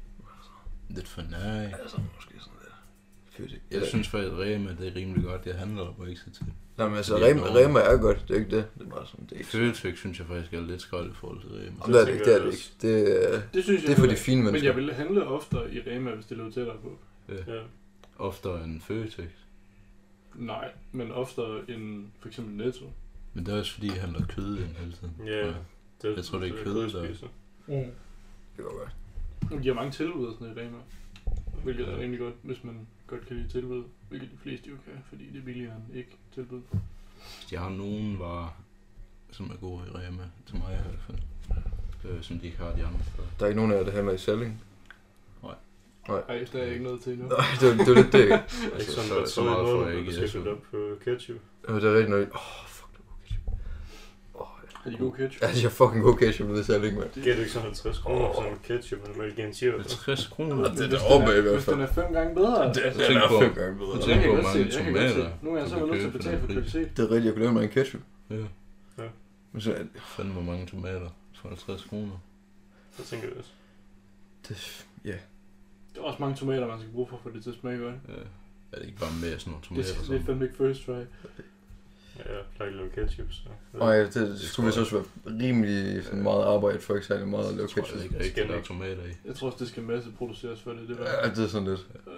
[SPEAKER 3] Lidt for nej.
[SPEAKER 1] Altså, måske sådan lidt. Føtex.
[SPEAKER 3] Jeg synes faktisk, at Rema det er rimelig godt. Jeg handler der bare ikke så tit.
[SPEAKER 1] Nej, men altså,
[SPEAKER 3] Det er
[SPEAKER 1] Rema,
[SPEAKER 3] enormt.
[SPEAKER 1] Rema er godt, det er ikke det. Det er bare sådan, det er ikke...
[SPEAKER 3] Føtex synes jeg faktisk er lidt skrald i forhold til Rema.
[SPEAKER 1] Jamen, det er det
[SPEAKER 4] tænker
[SPEAKER 1] ikke, det er
[SPEAKER 4] jeg
[SPEAKER 1] det ikke.
[SPEAKER 4] også.
[SPEAKER 1] Det er,
[SPEAKER 2] Det synes jeg
[SPEAKER 1] det er for
[SPEAKER 2] heller
[SPEAKER 1] de fine
[SPEAKER 2] ikke. Men jeg
[SPEAKER 1] mennesker.
[SPEAKER 2] ville handle oftere i Rema, hvis det lå tættere på.
[SPEAKER 4] Ja.
[SPEAKER 3] Oftere end Føtex.
[SPEAKER 2] Nej, men oftere end for eksempel Netto.
[SPEAKER 3] Men det er også fordi, jeg handler kød ind hele tiden.
[SPEAKER 4] Ja,
[SPEAKER 3] tror jeg.
[SPEAKER 4] Det,
[SPEAKER 3] Jeg tror, det er kød, der-
[SPEAKER 4] spiser.
[SPEAKER 2] Mm.
[SPEAKER 1] Det kan godt være.
[SPEAKER 2] De har mange tilbud og sådan noget i Rema, hvilket er
[SPEAKER 3] Ja.
[SPEAKER 2] rimelig godt, hvis man godt kan lide tilbud. Hvilket de fleste jo kan, fordi det er billigere end ikke tilbud.
[SPEAKER 3] De har nogen varer, som er gode i Rema, til mig i hvert fald. Øh, som de ikke har de andre steder.
[SPEAKER 1] Der er ikke nogen af jer, der handler i Salling. *laughs*
[SPEAKER 2] Ej, der er ikke noget til endnu.
[SPEAKER 1] Nej, det, er- det er lidt det. ikke?
[SPEAKER 4] Det er ikke
[SPEAKER 3] Altså,
[SPEAKER 4] sådan,
[SPEAKER 3] så-
[SPEAKER 4] at
[SPEAKER 3] så
[SPEAKER 4] så meget får jeg ikke.
[SPEAKER 3] i
[SPEAKER 4] Du skal
[SPEAKER 3] SU.
[SPEAKER 4] fylde op på ketchup.
[SPEAKER 1] Ja, det er rigtig nok. Åh, oh, fuck, det var okay.
[SPEAKER 2] Er de gode ketchup?
[SPEAKER 1] Altså, jeg er fucking god ketchup, det er særlig ikke, mand.
[SPEAKER 4] Giver du ikke sådan 50 kroner for sådan en ketchup, men mælk i en chip?
[SPEAKER 3] 50 kroner.
[SPEAKER 1] det er
[SPEAKER 2] Hvis
[SPEAKER 1] da
[SPEAKER 2] den
[SPEAKER 1] oppe i hvert
[SPEAKER 2] Hvis
[SPEAKER 1] fald.
[SPEAKER 2] den er fem gange bedre.
[SPEAKER 1] Det
[SPEAKER 2] altså,
[SPEAKER 1] den
[SPEAKER 3] tænk
[SPEAKER 1] er
[SPEAKER 3] på-
[SPEAKER 1] fem gange bedre.
[SPEAKER 3] Jeg
[SPEAKER 2] jeg
[SPEAKER 3] tænker,
[SPEAKER 2] kan
[SPEAKER 3] hvor
[SPEAKER 2] godt se,
[SPEAKER 3] mange
[SPEAKER 2] jeg kan godt se.
[SPEAKER 3] tomater.
[SPEAKER 2] Nu er jeg
[SPEAKER 3] du
[SPEAKER 2] så
[SPEAKER 3] kan
[SPEAKER 2] nødt til at
[SPEAKER 3] købe for
[SPEAKER 2] betale
[SPEAKER 3] den
[SPEAKER 2] for
[SPEAKER 3] pris.
[SPEAKER 2] kvalitet.
[SPEAKER 1] Det er rigtigt, jeg kunne lave mig en ketchup.
[SPEAKER 3] Ja,
[SPEAKER 1] Men så, er-
[SPEAKER 3] fandme hvor mange tomater for 50 kroner.
[SPEAKER 4] Så tænker jeg også.
[SPEAKER 1] det, ja.
[SPEAKER 2] Der er også mange tomater, man skal bruge for at få det til at smage godt.
[SPEAKER 3] Ja. Øh, Er det ikke bare med sådan nogle
[SPEAKER 2] Det,
[SPEAKER 3] tomater?
[SPEAKER 2] det er
[SPEAKER 3] sådan?
[SPEAKER 2] fandme ikke first try.
[SPEAKER 4] Ja, jeg plejer ikke at lave ketchup, så...
[SPEAKER 1] Og ja, det
[SPEAKER 3] tror
[SPEAKER 1] skulle vi så også være rimelig sådan meget arbejde for, ikke særlig meget at lave
[SPEAKER 3] Jeg tror
[SPEAKER 1] ketchup.
[SPEAKER 3] jeg ikke rigtig, der er tomater i.
[SPEAKER 2] Jeg tror også, det skal masseproduceres for det. Det var...
[SPEAKER 1] Ja, det er sådan lidt.
[SPEAKER 2] Øh,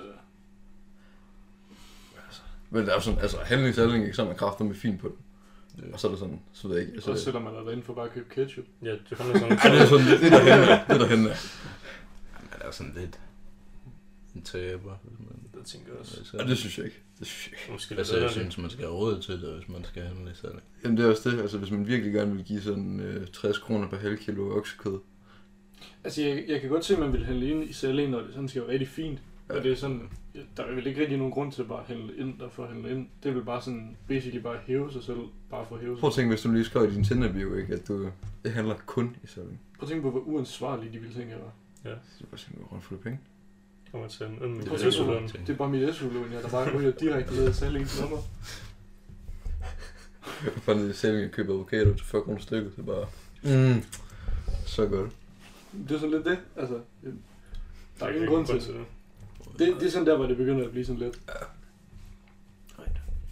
[SPEAKER 1] Men der er jo sådan, altså handling til handling, ikke? Så er man kræfter med fin på den.
[SPEAKER 3] Ja.
[SPEAKER 1] Og så er det sådan, så ved jeg ikke. Altså,
[SPEAKER 2] så sætter man dig derinde for bare at købe ketchup.
[SPEAKER 4] Ja, det handler sådan...
[SPEAKER 1] Ej, det er sådan, det er derhenne, det er derhenne.
[SPEAKER 3] Han er sådan lidt en taber. hvis man-
[SPEAKER 4] Det tænker jeg også.
[SPEAKER 1] Og det synes jeg ikke. Det synes jeg ikke.
[SPEAKER 4] Måske lidt
[SPEAKER 3] Altså, jeg
[SPEAKER 4] underligt.
[SPEAKER 3] synes, man skal have råd til det, hvis man skal handle i salg.
[SPEAKER 1] Jamen det er også det, altså hvis man virkelig gerne vil give sådan øh, 60 kroner per halv kilo oksekød.
[SPEAKER 2] Altså, jeg, jeg kan godt se, at man vil handle ind i salen, når det sådan skal være rigtig fint. Ja. Og det er sådan, der er vel ikke rigtig nogen grund til bare at handle ind og for at handle ind. Det vil bare sådan, basically bare hæve sig selv, bare for at hæve sig.
[SPEAKER 1] Prøv at tænke, hvis du lige skrev i din Tinder-bio, ikke? At du, det handler kun i sådan.
[SPEAKER 2] Prøv at tænke på, hvor uansvarlige de ville tænke her var.
[SPEAKER 1] Så bare tænke, hvor fuld af penge.
[SPEAKER 4] Kommer til en undmænd.
[SPEAKER 2] Det
[SPEAKER 4] Det
[SPEAKER 2] er
[SPEAKER 4] er
[SPEAKER 2] ikke
[SPEAKER 4] sådan,
[SPEAKER 3] sådan.
[SPEAKER 2] Det er bare mit SU-lån, jeg der bare ryger direkte ned i salens lommer.
[SPEAKER 1] For nede i Selling at købe avocado til 40 kroner stykket, det er bare... Mm. Så godt.
[SPEAKER 2] Det er sådan lidt det, altså. øh, Der er ingen grund til det.
[SPEAKER 4] det.
[SPEAKER 2] det. Det er sådan der, hvor det begynder at blive sådan lidt.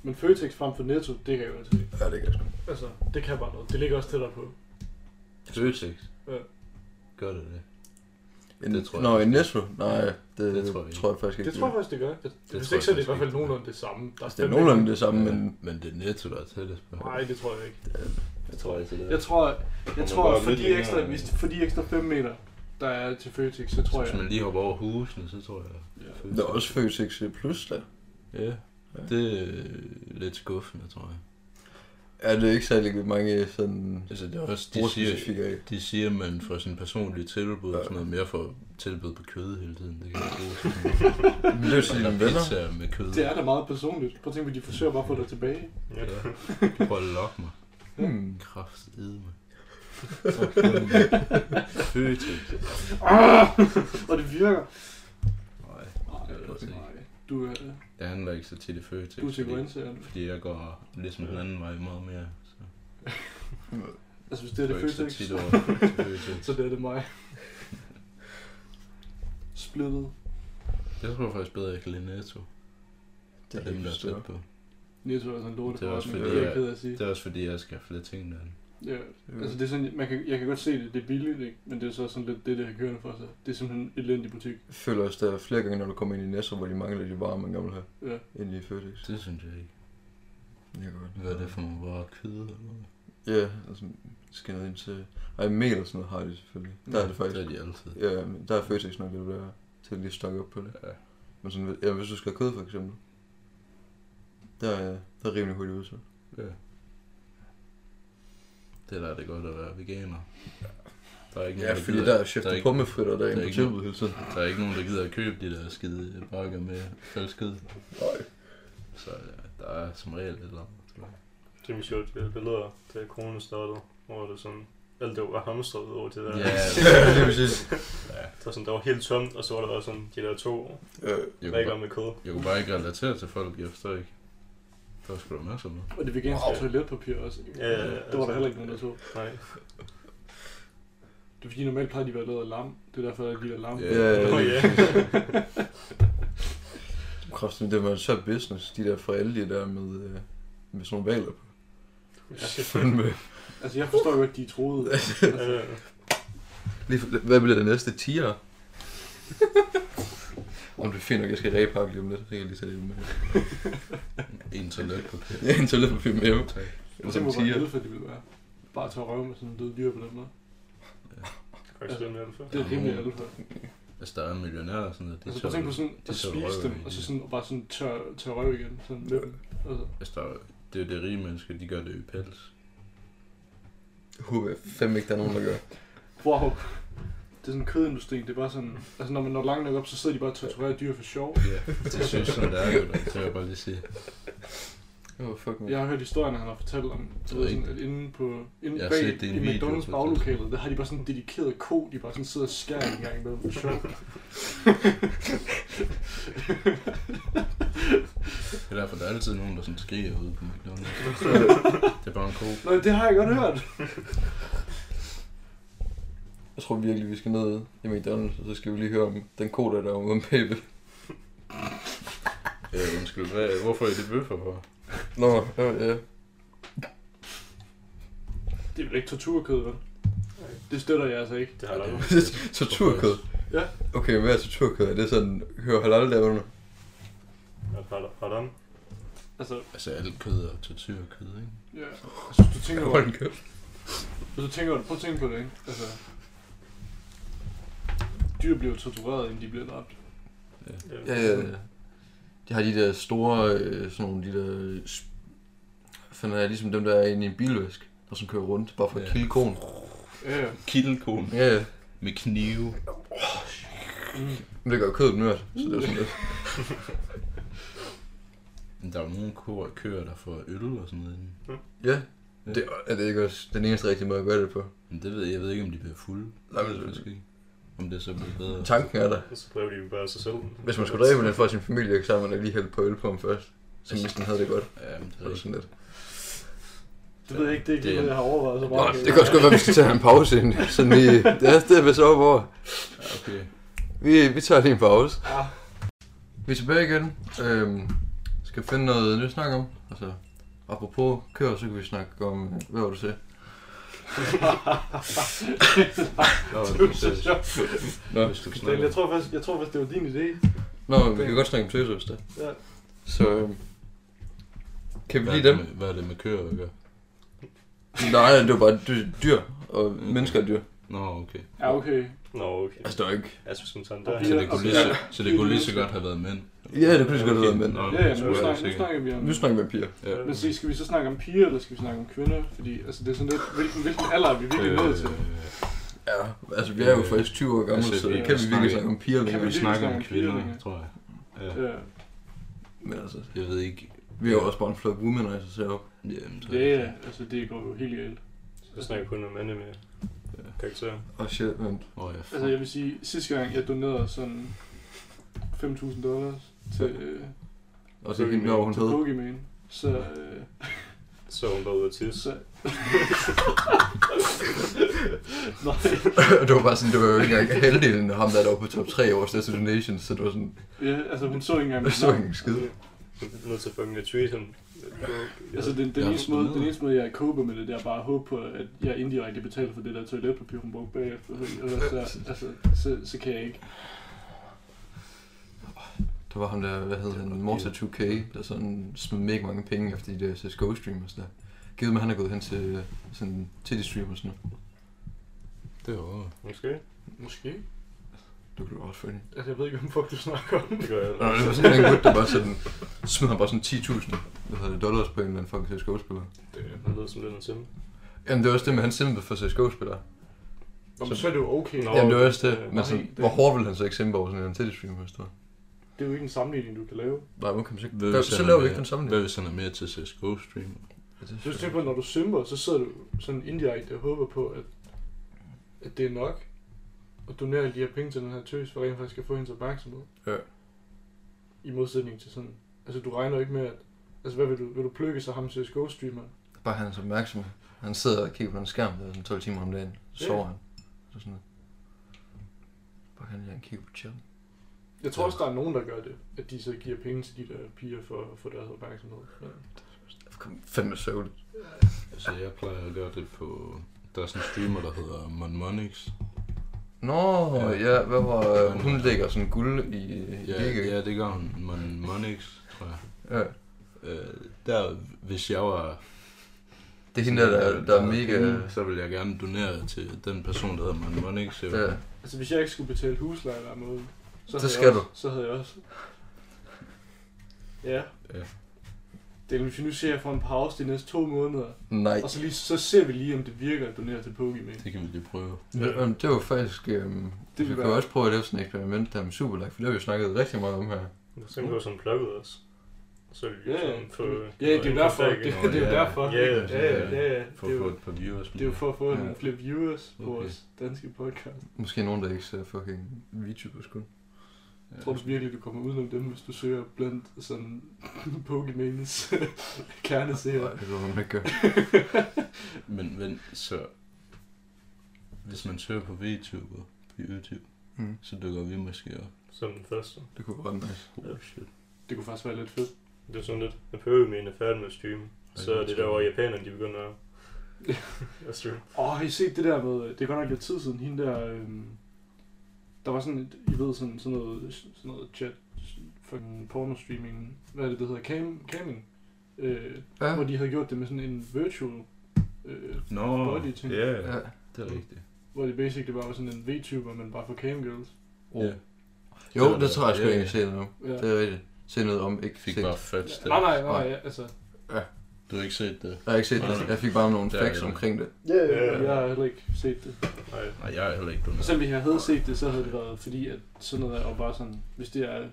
[SPEAKER 2] Men Føtex frem for Netto, det kan jeg godt se.
[SPEAKER 1] Ja, det kan jeg sgu.
[SPEAKER 2] Altså, det kan bare noget. Det ligger også tættere på.
[SPEAKER 3] Føtex?
[SPEAKER 2] Ja.
[SPEAKER 3] Gør det det?
[SPEAKER 1] En,
[SPEAKER 3] Det tror jeg
[SPEAKER 1] Nå, en
[SPEAKER 3] ikke.
[SPEAKER 1] Netto? Nej, det, det
[SPEAKER 3] tror jeg ikke.
[SPEAKER 1] tror jeg faktisk ikke.
[SPEAKER 2] Det tror jeg faktisk, det gør. Det, det hvis
[SPEAKER 3] tror
[SPEAKER 2] ikke, så er
[SPEAKER 3] jeg
[SPEAKER 2] det i hvert fald
[SPEAKER 3] faktisk ikke.
[SPEAKER 2] nogenlunde det samme. Der
[SPEAKER 1] Altså, det er
[SPEAKER 2] fem-
[SPEAKER 1] nogenlunde det samme, men
[SPEAKER 3] Men det er netto, der er tættest på.
[SPEAKER 2] Nej, det tror jeg ikke.
[SPEAKER 3] jeg tror ikke, det
[SPEAKER 2] Jeg tror, jeg
[SPEAKER 4] man
[SPEAKER 2] tror
[SPEAKER 4] bare
[SPEAKER 2] at for,
[SPEAKER 4] lidt
[SPEAKER 2] de
[SPEAKER 4] længere
[SPEAKER 2] ekstra,
[SPEAKER 4] end-
[SPEAKER 2] hvis, for de ekstra 5 meter, der er til Føtex, så tror
[SPEAKER 3] Hvis
[SPEAKER 2] jeg...
[SPEAKER 3] man lige hopper over husene, så tror jeg... *laughs*
[SPEAKER 2] Ja.
[SPEAKER 1] det er også Føtex Plus, da.
[SPEAKER 3] Ja,
[SPEAKER 1] Ja.
[SPEAKER 3] det er lidt skuffende, tror jeg.
[SPEAKER 1] Ja, det er ikke særlig mange sådan...
[SPEAKER 3] Altså, det er også, de siger,
[SPEAKER 1] Brugerspecifikke af.
[SPEAKER 3] de siger, at man får sådan personlige tilbud og sådan noget, mere for tilbud på kød hele tiden. Det kan jeg bruge til.
[SPEAKER 1] Men det er jo til
[SPEAKER 3] Eller
[SPEAKER 1] dine venner.
[SPEAKER 3] pizzaer med kød.
[SPEAKER 2] Det er da meget personligt. Prøv at tænke på, de forsøger bare at få dig tilbage.
[SPEAKER 4] Ja.
[SPEAKER 3] Ja. Prøv at lokke mig.
[SPEAKER 1] Hmm.
[SPEAKER 3] Kraftedme. Føtex.
[SPEAKER 2] *laughs* Og det virker.
[SPEAKER 3] Nej,
[SPEAKER 2] Nej,
[SPEAKER 3] det er det ikke.
[SPEAKER 2] nej. Du er,
[SPEAKER 3] jeg handler ikke så tit i Føtex.
[SPEAKER 2] du er til
[SPEAKER 3] fordi-
[SPEAKER 2] grøntsagerne.
[SPEAKER 3] Fordi jeg går ligesom den anden vej meget mere. Så
[SPEAKER 2] Altså, hvis det er
[SPEAKER 3] jeg
[SPEAKER 2] det
[SPEAKER 3] går ikke så
[SPEAKER 2] Føtex,
[SPEAKER 3] tit
[SPEAKER 2] *laughs*
[SPEAKER 3] over til Føtex.
[SPEAKER 2] så det er det mig. Splittet.
[SPEAKER 3] Jeg tror faktisk bedre, at jeg kan lide Netto.
[SPEAKER 1] Det
[SPEAKER 3] Det
[SPEAKER 1] er
[SPEAKER 3] er dem, der
[SPEAKER 1] helt
[SPEAKER 3] er tæt
[SPEAKER 1] stort.
[SPEAKER 3] på.
[SPEAKER 2] Netto er sådan en lorte
[SPEAKER 3] Det er også
[SPEAKER 2] forretning,
[SPEAKER 1] fordi,
[SPEAKER 2] det er jeg
[SPEAKER 3] at-
[SPEAKER 2] ked af at sige.
[SPEAKER 3] Det er også fordi, jeg skal have flere ting derinde.
[SPEAKER 2] Ja, altså det er sådan, man kan, jeg kan godt se det, det er billigt, ikke? men det er så sådan lidt det, det har kørende for sig. Det er simpelthen en elendig butik.
[SPEAKER 1] Jeg føler også, der er flere gange, når du kommer ind i Netto, hvor de mangler de varer, man gerne vil have,
[SPEAKER 2] Ja.
[SPEAKER 1] end i Føtex.
[SPEAKER 3] Det synes jeg ikke.
[SPEAKER 1] Jeg kan godt.
[SPEAKER 3] Hvad er det for nogle varer? Kød eller noget?
[SPEAKER 1] Ja, altså skal noget ind til... Ej, mel og sådan noget har de selvfølgelig. Mm, Der er det faktisk...
[SPEAKER 3] Det er de altid.
[SPEAKER 1] Ja, men der er Føtex nok lidt værre til at lige stokke op på det.
[SPEAKER 3] Ja.
[SPEAKER 1] Men sådan, ja, hvis du skal have kød for eksempel, der er, der er rimelig hurtigt udsolgt.
[SPEAKER 3] ja. Det er da det godt at være veganer. Der er ikke
[SPEAKER 1] Ja,
[SPEAKER 3] nogen,
[SPEAKER 1] fordi
[SPEAKER 3] gider-
[SPEAKER 1] der er chef
[SPEAKER 3] der er
[SPEAKER 1] der
[SPEAKER 3] ikke,
[SPEAKER 1] pommefritter der
[SPEAKER 3] der er
[SPEAKER 1] er på
[SPEAKER 3] ikke noget-
[SPEAKER 1] tilbud hele tiden.
[SPEAKER 3] der er ikke nogen, der gider at købe de der skide bakker med falskød.
[SPEAKER 1] Nej.
[SPEAKER 3] Så ja, der er som regel et eller andet. tror jeg.
[SPEAKER 4] Det er måske sjovt, de der billeder, da corona startede, hvor det sådan... Alt det var hamstret ud over det der. *laughs*
[SPEAKER 3] Ja.
[SPEAKER 1] Ja, lige præcis.
[SPEAKER 4] Der, var sådan, der var helt tomt, og så var der bare sådan de der to
[SPEAKER 1] Øh,
[SPEAKER 3] Jeg kunne,
[SPEAKER 4] regler
[SPEAKER 3] bare,
[SPEAKER 4] med kød.
[SPEAKER 3] jeg kunne bare ikke relatere til folk, jeg forstår ikke. Der var sgu da masser med.
[SPEAKER 2] Og det veganske
[SPEAKER 4] Wow.
[SPEAKER 2] toiletpapir også. ikke?
[SPEAKER 4] Ja, ja, ja.
[SPEAKER 2] det
[SPEAKER 3] altså.
[SPEAKER 2] var der heller ikke nogen, der så.
[SPEAKER 4] Nej.
[SPEAKER 2] Det er fordi, normalt plejer de at være lavet af lam. Det er derfor, at de er lam.
[SPEAKER 3] Ja.
[SPEAKER 1] ja,
[SPEAKER 4] Nå,
[SPEAKER 1] ja. *laughs*
[SPEAKER 4] ja.
[SPEAKER 1] Kraften, det var en tør business, de der fra Aldi der med, øh, med sådan nogle valer på. *laughs* Fandme.
[SPEAKER 2] Altså, jeg forstår jo ikke, de er troede.
[SPEAKER 4] Ja, ja.
[SPEAKER 1] Lige, for- hvad bliver det næste? Tiger? *laughs* Om det er fint nok, jeg skal repakke lige om lidt, så kan jeg lige tage det med.
[SPEAKER 3] En toiletpapir.
[SPEAKER 1] Ja, *laughs* en toiletpapir med hjemme.
[SPEAKER 3] Tak.
[SPEAKER 1] Eller
[SPEAKER 2] Det
[SPEAKER 1] som
[SPEAKER 2] må
[SPEAKER 1] tiger.
[SPEAKER 2] være alfa, det ville være. Bare tage røven med sådan en død dyr på den måde.
[SPEAKER 4] Faktisk lidt mere alfa.
[SPEAKER 2] Det er
[SPEAKER 3] Ja,
[SPEAKER 2] rimelig
[SPEAKER 3] nogen-
[SPEAKER 2] alfa.
[SPEAKER 3] Altså, der er millionærer og sådan noget. De
[SPEAKER 2] Altså,
[SPEAKER 3] tager
[SPEAKER 2] bare tænk på
[SPEAKER 3] jo-
[SPEAKER 2] sådan
[SPEAKER 3] de
[SPEAKER 2] at
[SPEAKER 3] tager
[SPEAKER 2] spise
[SPEAKER 3] røven i
[SPEAKER 2] dem, og
[SPEAKER 3] det.
[SPEAKER 2] så sådan, og bare sådan tør, tør røv igen. Sådan med dem. Altså,
[SPEAKER 3] Altså, der, er- det er jo det rige mennesker, de gør det jo i pels.
[SPEAKER 1] Jeg håber jeg fandme ikke, der er nogen, der gør.
[SPEAKER 2] wow. Det er sådan en kødindustri, det er bare sådan... Altså, når man når langt nok op, så sidder de bare og torturerer dyr for sjov.
[SPEAKER 3] Ja, det synes jeg, sådan, det er jo. Det vil jeg bare lige sige.
[SPEAKER 1] Det var fucking
[SPEAKER 2] Jeg har hørt historien, han har fortalt om,
[SPEAKER 3] Jeg
[SPEAKER 2] så
[SPEAKER 3] ved
[SPEAKER 2] ved, sådan,
[SPEAKER 3] ikke.
[SPEAKER 2] at inde, på, inde
[SPEAKER 3] Jeg har
[SPEAKER 2] bag
[SPEAKER 3] set det i
[SPEAKER 2] i
[SPEAKER 3] en video,
[SPEAKER 2] McDonald's
[SPEAKER 3] faktisk.
[SPEAKER 2] baglokalet, der har de bare sådan en dedikeret ko, de bare sådan sidder og skærer en gang imellem for sjov.
[SPEAKER 3] Det er derfor, der er altid nogen, der sådan skriger ude på McDonald's. det er bare en ko.
[SPEAKER 2] Nå, det har jeg godt hørt.
[SPEAKER 1] Jeg tror virkelig, vi skal ned i McDonald's, og så skal vi lige høre om den ko, der er derude om bagved.
[SPEAKER 3] Ja, undskyld, hvad, hvorfor er det bøffer for?
[SPEAKER 1] Nå, ja, ja.
[SPEAKER 2] Det er vel ikke torturkød, vel? Det støtter jeg altså ikke.
[SPEAKER 4] Det har lavet.
[SPEAKER 1] Torturkød?
[SPEAKER 2] Ja.
[SPEAKER 1] Okay, hvad er torturkød? Er det sådan, hører halal der under?
[SPEAKER 4] Radon.
[SPEAKER 2] Altså,
[SPEAKER 3] Altså, alt kød og torturkød, ikke?
[SPEAKER 2] ja. Altså, hvis du tænker over
[SPEAKER 1] Hold
[SPEAKER 2] det.
[SPEAKER 1] kæft.
[SPEAKER 2] Hvis du tænker over det, prøv at tænke på det, ikke? Altså, dyr bliver tortureret, inden de bliver dræbt.
[SPEAKER 3] Ja.
[SPEAKER 1] Ja, ja, ja. De har de der store, øh, sådan nogle, de der... sp- Fanden er ligesom dem, der er inde i en bilvask, og som kører rundt, bare for at
[SPEAKER 3] Ja.
[SPEAKER 1] kilde konen.
[SPEAKER 2] Ja, ja.
[SPEAKER 3] Kittelkone
[SPEAKER 1] Ja, ja.
[SPEAKER 3] med knive. *laughs*
[SPEAKER 2] Mm.
[SPEAKER 1] Men det gør kødet mørt, så det er sådan lidt.
[SPEAKER 3] Men der er jo nogle koer, køer, der får øl og sådan noget. inden.
[SPEAKER 1] Ja. Det er, er det ikke også den eneste rigtige måde at gøre det på?
[SPEAKER 3] Men det ved jeg, jeg ved ikke, om de bliver fulde.
[SPEAKER 1] Nej, men-
[SPEAKER 3] Det ved jeg faktisk ikke. Om det så bliver bedre.
[SPEAKER 1] Tanken er der.
[SPEAKER 4] Så drev de jo bare sig selv.
[SPEAKER 1] Hvis man skulle dræbe den for sin familie, så har man da lige hældt på øl på ham først. Så hvis den havde det godt,
[SPEAKER 3] Ja, men det
[SPEAKER 1] så
[SPEAKER 3] er
[SPEAKER 1] er det
[SPEAKER 3] rigtigt.
[SPEAKER 1] sådan lidt.
[SPEAKER 2] Det ved jeg ikke, det er ikke
[SPEAKER 3] Det-
[SPEAKER 2] noget, jeg har overvejet så
[SPEAKER 1] Nå,
[SPEAKER 2] meget.
[SPEAKER 1] det kan også godt være, at vi skal tage en pause ind. Sådan lige, det er det, vi så op over.
[SPEAKER 3] Ja, okay.
[SPEAKER 1] Vi, vi tager lige en pause.
[SPEAKER 2] Ja.
[SPEAKER 1] Vi er tilbage igen. Øhm, skal finde noget nyt at snakke om. Altså, apropos køer, så kan vi snakke om, hvad var det til?
[SPEAKER 3] Nå,
[SPEAKER 2] *laughs* Det
[SPEAKER 3] det
[SPEAKER 2] er så sjovt.
[SPEAKER 1] Nå.
[SPEAKER 3] Hvis du kan
[SPEAKER 2] Daniel,
[SPEAKER 3] snakke
[SPEAKER 2] jeg tror faktisk, jeg tror faktisk, det var din idé.
[SPEAKER 1] Nå, vi kan godt snakke om tøser, hvis det.
[SPEAKER 2] Ja.
[SPEAKER 1] Så, øhm, kan vi
[SPEAKER 3] Hvad er
[SPEAKER 1] lide
[SPEAKER 3] det
[SPEAKER 1] dem?
[SPEAKER 3] med- Hvad er det med køer at gøre?
[SPEAKER 1] Nej, det var bare dy- dyr, og mennesker er dyr.
[SPEAKER 3] Nå, okay.
[SPEAKER 2] Ja, okay.
[SPEAKER 4] Nå, okay.
[SPEAKER 1] Altså, der er jo ikke...
[SPEAKER 4] Altså, som sådan
[SPEAKER 2] Og
[SPEAKER 4] der.
[SPEAKER 2] vi
[SPEAKER 3] Så
[SPEAKER 2] er-
[SPEAKER 3] det kunne lige så, så, det kunne lige så godt have været mænd.
[SPEAKER 1] Ja, det kunne lige så godt have været mænd.
[SPEAKER 3] Nå,
[SPEAKER 2] Ja, ja,
[SPEAKER 3] det
[SPEAKER 2] men nu
[SPEAKER 3] skulle jeg
[SPEAKER 2] snakker,
[SPEAKER 3] ikke sikkert.
[SPEAKER 2] nu snakker vi om...
[SPEAKER 1] Nu snakker vi om piger.
[SPEAKER 3] Ja.
[SPEAKER 2] Men se, skal vi så snakke om piger, eller skal vi snakke om kvinder? Fordi altså, det er sådan lidt, hvilken, hvilken alder er vi virkelig
[SPEAKER 3] Øh,
[SPEAKER 2] nået til?
[SPEAKER 1] Ja, altså vi er jo
[SPEAKER 3] Øh,
[SPEAKER 1] faktisk 20 år gamle,
[SPEAKER 3] altså,
[SPEAKER 1] så
[SPEAKER 3] vi
[SPEAKER 1] det
[SPEAKER 3] er
[SPEAKER 1] kan vi virkelig
[SPEAKER 3] snakket-
[SPEAKER 1] snakke om piger,
[SPEAKER 2] Kan
[SPEAKER 3] Vi
[SPEAKER 1] vi
[SPEAKER 2] virkelig
[SPEAKER 3] snakker om
[SPEAKER 2] snakke om piger
[SPEAKER 3] kvinder,
[SPEAKER 2] længere? Øh.
[SPEAKER 3] tror jeg. Ja.
[SPEAKER 2] Ja,
[SPEAKER 1] Men altså,
[SPEAKER 3] Jeg ved ikke.
[SPEAKER 1] vi er jo også bare en flok womanizer serop.
[SPEAKER 3] Jamen, så-
[SPEAKER 2] ja, ja, altså det går jo helt galt.
[SPEAKER 4] Jeg snakker kun om anime. Karakterer.
[SPEAKER 1] Og shit, vent.
[SPEAKER 3] Åh, ja,
[SPEAKER 2] Altså jeg vil sige, sidste gang jeg donerede sådan 5.000 dollars til, øh,
[SPEAKER 1] Og det er hende der, hun
[SPEAKER 2] til
[SPEAKER 1] hed.
[SPEAKER 2] Pokemon, så... Øh,
[SPEAKER 4] Så hun var ude at tisse.
[SPEAKER 2] så Nej,
[SPEAKER 1] *laughs* det var bare sådan, det var jo ikke engang halvdelen af ham, der, der var på top 3 over største donations, så det var sådan,
[SPEAKER 2] ja, altså hun så ikke engang
[SPEAKER 1] jeg
[SPEAKER 2] mit
[SPEAKER 1] så
[SPEAKER 2] navn.
[SPEAKER 1] ikke en skid.
[SPEAKER 4] Nødt til at fucking at tweet ham.
[SPEAKER 2] Altså den, den,
[SPEAKER 3] Jeg
[SPEAKER 2] eneste
[SPEAKER 3] har
[SPEAKER 2] måde,
[SPEAKER 3] doneret.
[SPEAKER 2] den eneste måde, jeg koper med det, det er bare at håbe på, at jeg indirekte betaler for det der toiletpapir, hun brugte bagefter. Og så, altså, så, så kan jeg ikke.
[SPEAKER 1] Der var ham der, hvad hed han, Morta 2K, der sådan smed mega mange penge efter de der CSGO streamers der. Givet mig, han er gået hen til øh, sådan til de streamers nu.
[SPEAKER 3] Det var over.
[SPEAKER 4] Måske.
[SPEAKER 2] Måske.
[SPEAKER 1] Det kunne du også finde.
[SPEAKER 2] Altså, jeg ved ikke, om fuck du snakker om.
[SPEAKER 4] Det gør jeg.
[SPEAKER 1] Nå, det var sådan en gut, der bare sådan, smed ham bare sådan 10.000 hvad hedder det, dollars på en eller anden fucking CSGO-spiller.
[SPEAKER 4] Han lød som Leonard Sim.
[SPEAKER 1] Jamen det er også det med, at han simpelthen for CSGO-spillere.
[SPEAKER 2] Om, så er det jo okay.
[SPEAKER 4] Nå.
[SPEAKER 1] Jamen det er også
[SPEAKER 4] øh,
[SPEAKER 1] det, men sådan,
[SPEAKER 2] nej, det-
[SPEAKER 1] hvor hårdt vil han så ikke simpe over sådan en tv-stream, hvis det var?
[SPEAKER 2] Det er jo ikke en sammenligning, du kan lave.
[SPEAKER 1] Nej, nu kan man så ikke.
[SPEAKER 3] Hvad
[SPEAKER 1] Der,
[SPEAKER 3] hvis
[SPEAKER 1] så
[SPEAKER 3] han
[SPEAKER 1] laver
[SPEAKER 3] er
[SPEAKER 1] vi
[SPEAKER 3] med-
[SPEAKER 1] ikke den
[SPEAKER 3] Hvad
[SPEAKER 1] sammenligning.
[SPEAKER 3] hvis han er mere til CSGO-streamer?
[SPEAKER 2] Så hvis du tænker på, når du simper, så sidder du sådan indirekte og håber på, at, at det er nok. Og donerer alle de her penge til den her tøs, for rent faktisk at få hendes opmærksomhed.
[SPEAKER 1] Ja.
[SPEAKER 2] I modsætning til sådan... Altså, du regner jo ikke med, at... Altså, hvad vil du, vil du plukke sig ham CSGO-streamer?
[SPEAKER 1] Bare hans opmærksomhed. Han sidder og kigger på en skærm, der er sådan 12 timer om dagen. Så
[SPEAKER 2] Ja.
[SPEAKER 1] sover han. Så sådan noget. Bare han lige kigger på chill.
[SPEAKER 2] Jeg tror også, der er nogen, der gør det. At de så giver penge til de der piger for at få deres opmærksomhed. Ja.
[SPEAKER 1] Kom fandme søvnigt.
[SPEAKER 3] Altså, jeg plejer at gøre det på... Der er sådan en streamer, der hedder Monmonix.
[SPEAKER 1] Nå,
[SPEAKER 3] Ja.
[SPEAKER 1] ja. ja, hvad var... øh,
[SPEAKER 3] Ja.
[SPEAKER 1] Hun lægger sådan guld i, i
[SPEAKER 3] Ja,
[SPEAKER 1] ligge.
[SPEAKER 3] ja, det gør hun. Monmonix, tror jeg.
[SPEAKER 1] Ja.
[SPEAKER 3] Øh, der, hvis jeg var...
[SPEAKER 1] Det er hende der, der, der er mega...
[SPEAKER 3] Så ville jeg gerne donere til den person, der hedder Monmonix. jo.
[SPEAKER 1] Der.
[SPEAKER 2] Altså, hvis jeg ikke skulle betale husleje hver måned, så,
[SPEAKER 1] Det
[SPEAKER 2] havde
[SPEAKER 1] skal
[SPEAKER 2] jeg
[SPEAKER 1] du.
[SPEAKER 2] Også, så havde jeg også... Ja.
[SPEAKER 3] Ja.
[SPEAKER 2] Det er, hvis vi nu ser, at jeg får en pause de næste to måneder,
[SPEAKER 1] Nej.
[SPEAKER 2] og så, lige, så ser vi lige, om det virker at donere til Pokemon.
[SPEAKER 3] Det kan vi lige prøve.
[SPEAKER 1] Ved du hvad, Det var faktisk... Øhm,
[SPEAKER 2] Det
[SPEAKER 1] det vi
[SPEAKER 2] vil
[SPEAKER 1] kunne
[SPEAKER 2] være-
[SPEAKER 1] også prøve at lave sådan et eksperiment der med Superlag, for det har vi jo snakket rigtig meget om her.
[SPEAKER 4] Jeg tænkte på sådan plukket også. så ligesom vil
[SPEAKER 2] Ja, ja,
[SPEAKER 4] YouTube få...
[SPEAKER 2] ja, det er jo derfor.
[SPEAKER 4] opdage
[SPEAKER 2] Det,
[SPEAKER 4] igen.
[SPEAKER 2] det, er jo
[SPEAKER 3] Ja,
[SPEAKER 2] derfor.
[SPEAKER 4] ja, ja,
[SPEAKER 2] ja, ja, ja.
[SPEAKER 3] For
[SPEAKER 2] Det er
[SPEAKER 3] at få
[SPEAKER 2] jo-
[SPEAKER 3] et par viewers.
[SPEAKER 2] Det er jo for at få
[SPEAKER 1] Ja.
[SPEAKER 2] nogle flere viewers på
[SPEAKER 1] Okay.
[SPEAKER 2] vores danske podcast.
[SPEAKER 1] Måske nogen, der ikke ser fucking VTubers kun.
[SPEAKER 3] Ja.
[SPEAKER 2] Tror du virkelig, du kommer udenom dem, hvis du søger blandt sådan *laughs* Pokémones *laughs* kerneseere?
[SPEAKER 1] Nej, det ved man ikke gør.
[SPEAKER 3] Men vent, så... Hvis man søger på VTuber på YouTube,
[SPEAKER 1] Mm.
[SPEAKER 3] så dukker vi måske op.
[SPEAKER 4] Som den første.
[SPEAKER 1] Det kunne være ret nice.
[SPEAKER 3] Oh shit.
[SPEAKER 2] Det kunne faktisk være lidt fedt.
[SPEAKER 4] Det er sådan lidt, når PøMen er færdig med at streame, så er det der, hvor japanerne de begynder
[SPEAKER 2] *laughs*
[SPEAKER 4] at, at streame.
[SPEAKER 2] Åh, oh, har I set det der med, det er godt nok lidt tid siden, hende der, øhm, der var sådan, et- I ved, sådan, sådan noget, sådan noget chat, fucking pornostreaming, hvad er det, det hedder, cam, camming, øh,
[SPEAKER 1] Ja,
[SPEAKER 2] hvor de havde gjort det med sådan en virtual, øh,
[SPEAKER 3] Nå,
[SPEAKER 2] Body ting.
[SPEAKER 3] ja,
[SPEAKER 1] ja.
[SPEAKER 3] det er rigtigt.
[SPEAKER 2] hvor det basically bare var sådan en VTuber, men bare for camgirls.
[SPEAKER 1] Oh.
[SPEAKER 3] Ja.
[SPEAKER 1] Jo, det tror jeg sgu
[SPEAKER 3] Ja, ja.
[SPEAKER 1] egentlig se noget om.
[SPEAKER 2] Ja.
[SPEAKER 1] Det er rigtigt. Se noget om, ikke
[SPEAKER 3] Fik
[SPEAKER 1] sex.
[SPEAKER 3] bare fat
[SPEAKER 2] Ja,
[SPEAKER 3] stats.
[SPEAKER 2] Nej, nej, nej,
[SPEAKER 1] Nej.
[SPEAKER 2] ja, altså.
[SPEAKER 3] Du har ikke set det?
[SPEAKER 1] Jeg har ikke set
[SPEAKER 3] Nej,
[SPEAKER 1] det.
[SPEAKER 3] nej.
[SPEAKER 1] Jeg fik bare nogle
[SPEAKER 3] Der er
[SPEAKER 1] facts
[SPEAKER 3] det.
[SPEAKER 1] omkring det.
[SPEAKER 2] Ja, ja,
[SPEAKER 4] ja.
[SPEAKER 2] ja. Jeg har heller ikke set det.
[SPEAKER 4] Nej,
[SPEAKER 3] Nej, jeg er heller ikke
[SPEAKER 2] Og
[SPEAKER 3] doneret.
[SPEAKER 2] selvom jeg havde set det, så havde det været fordi, at sådan noget er jo bare sådan, hvis det er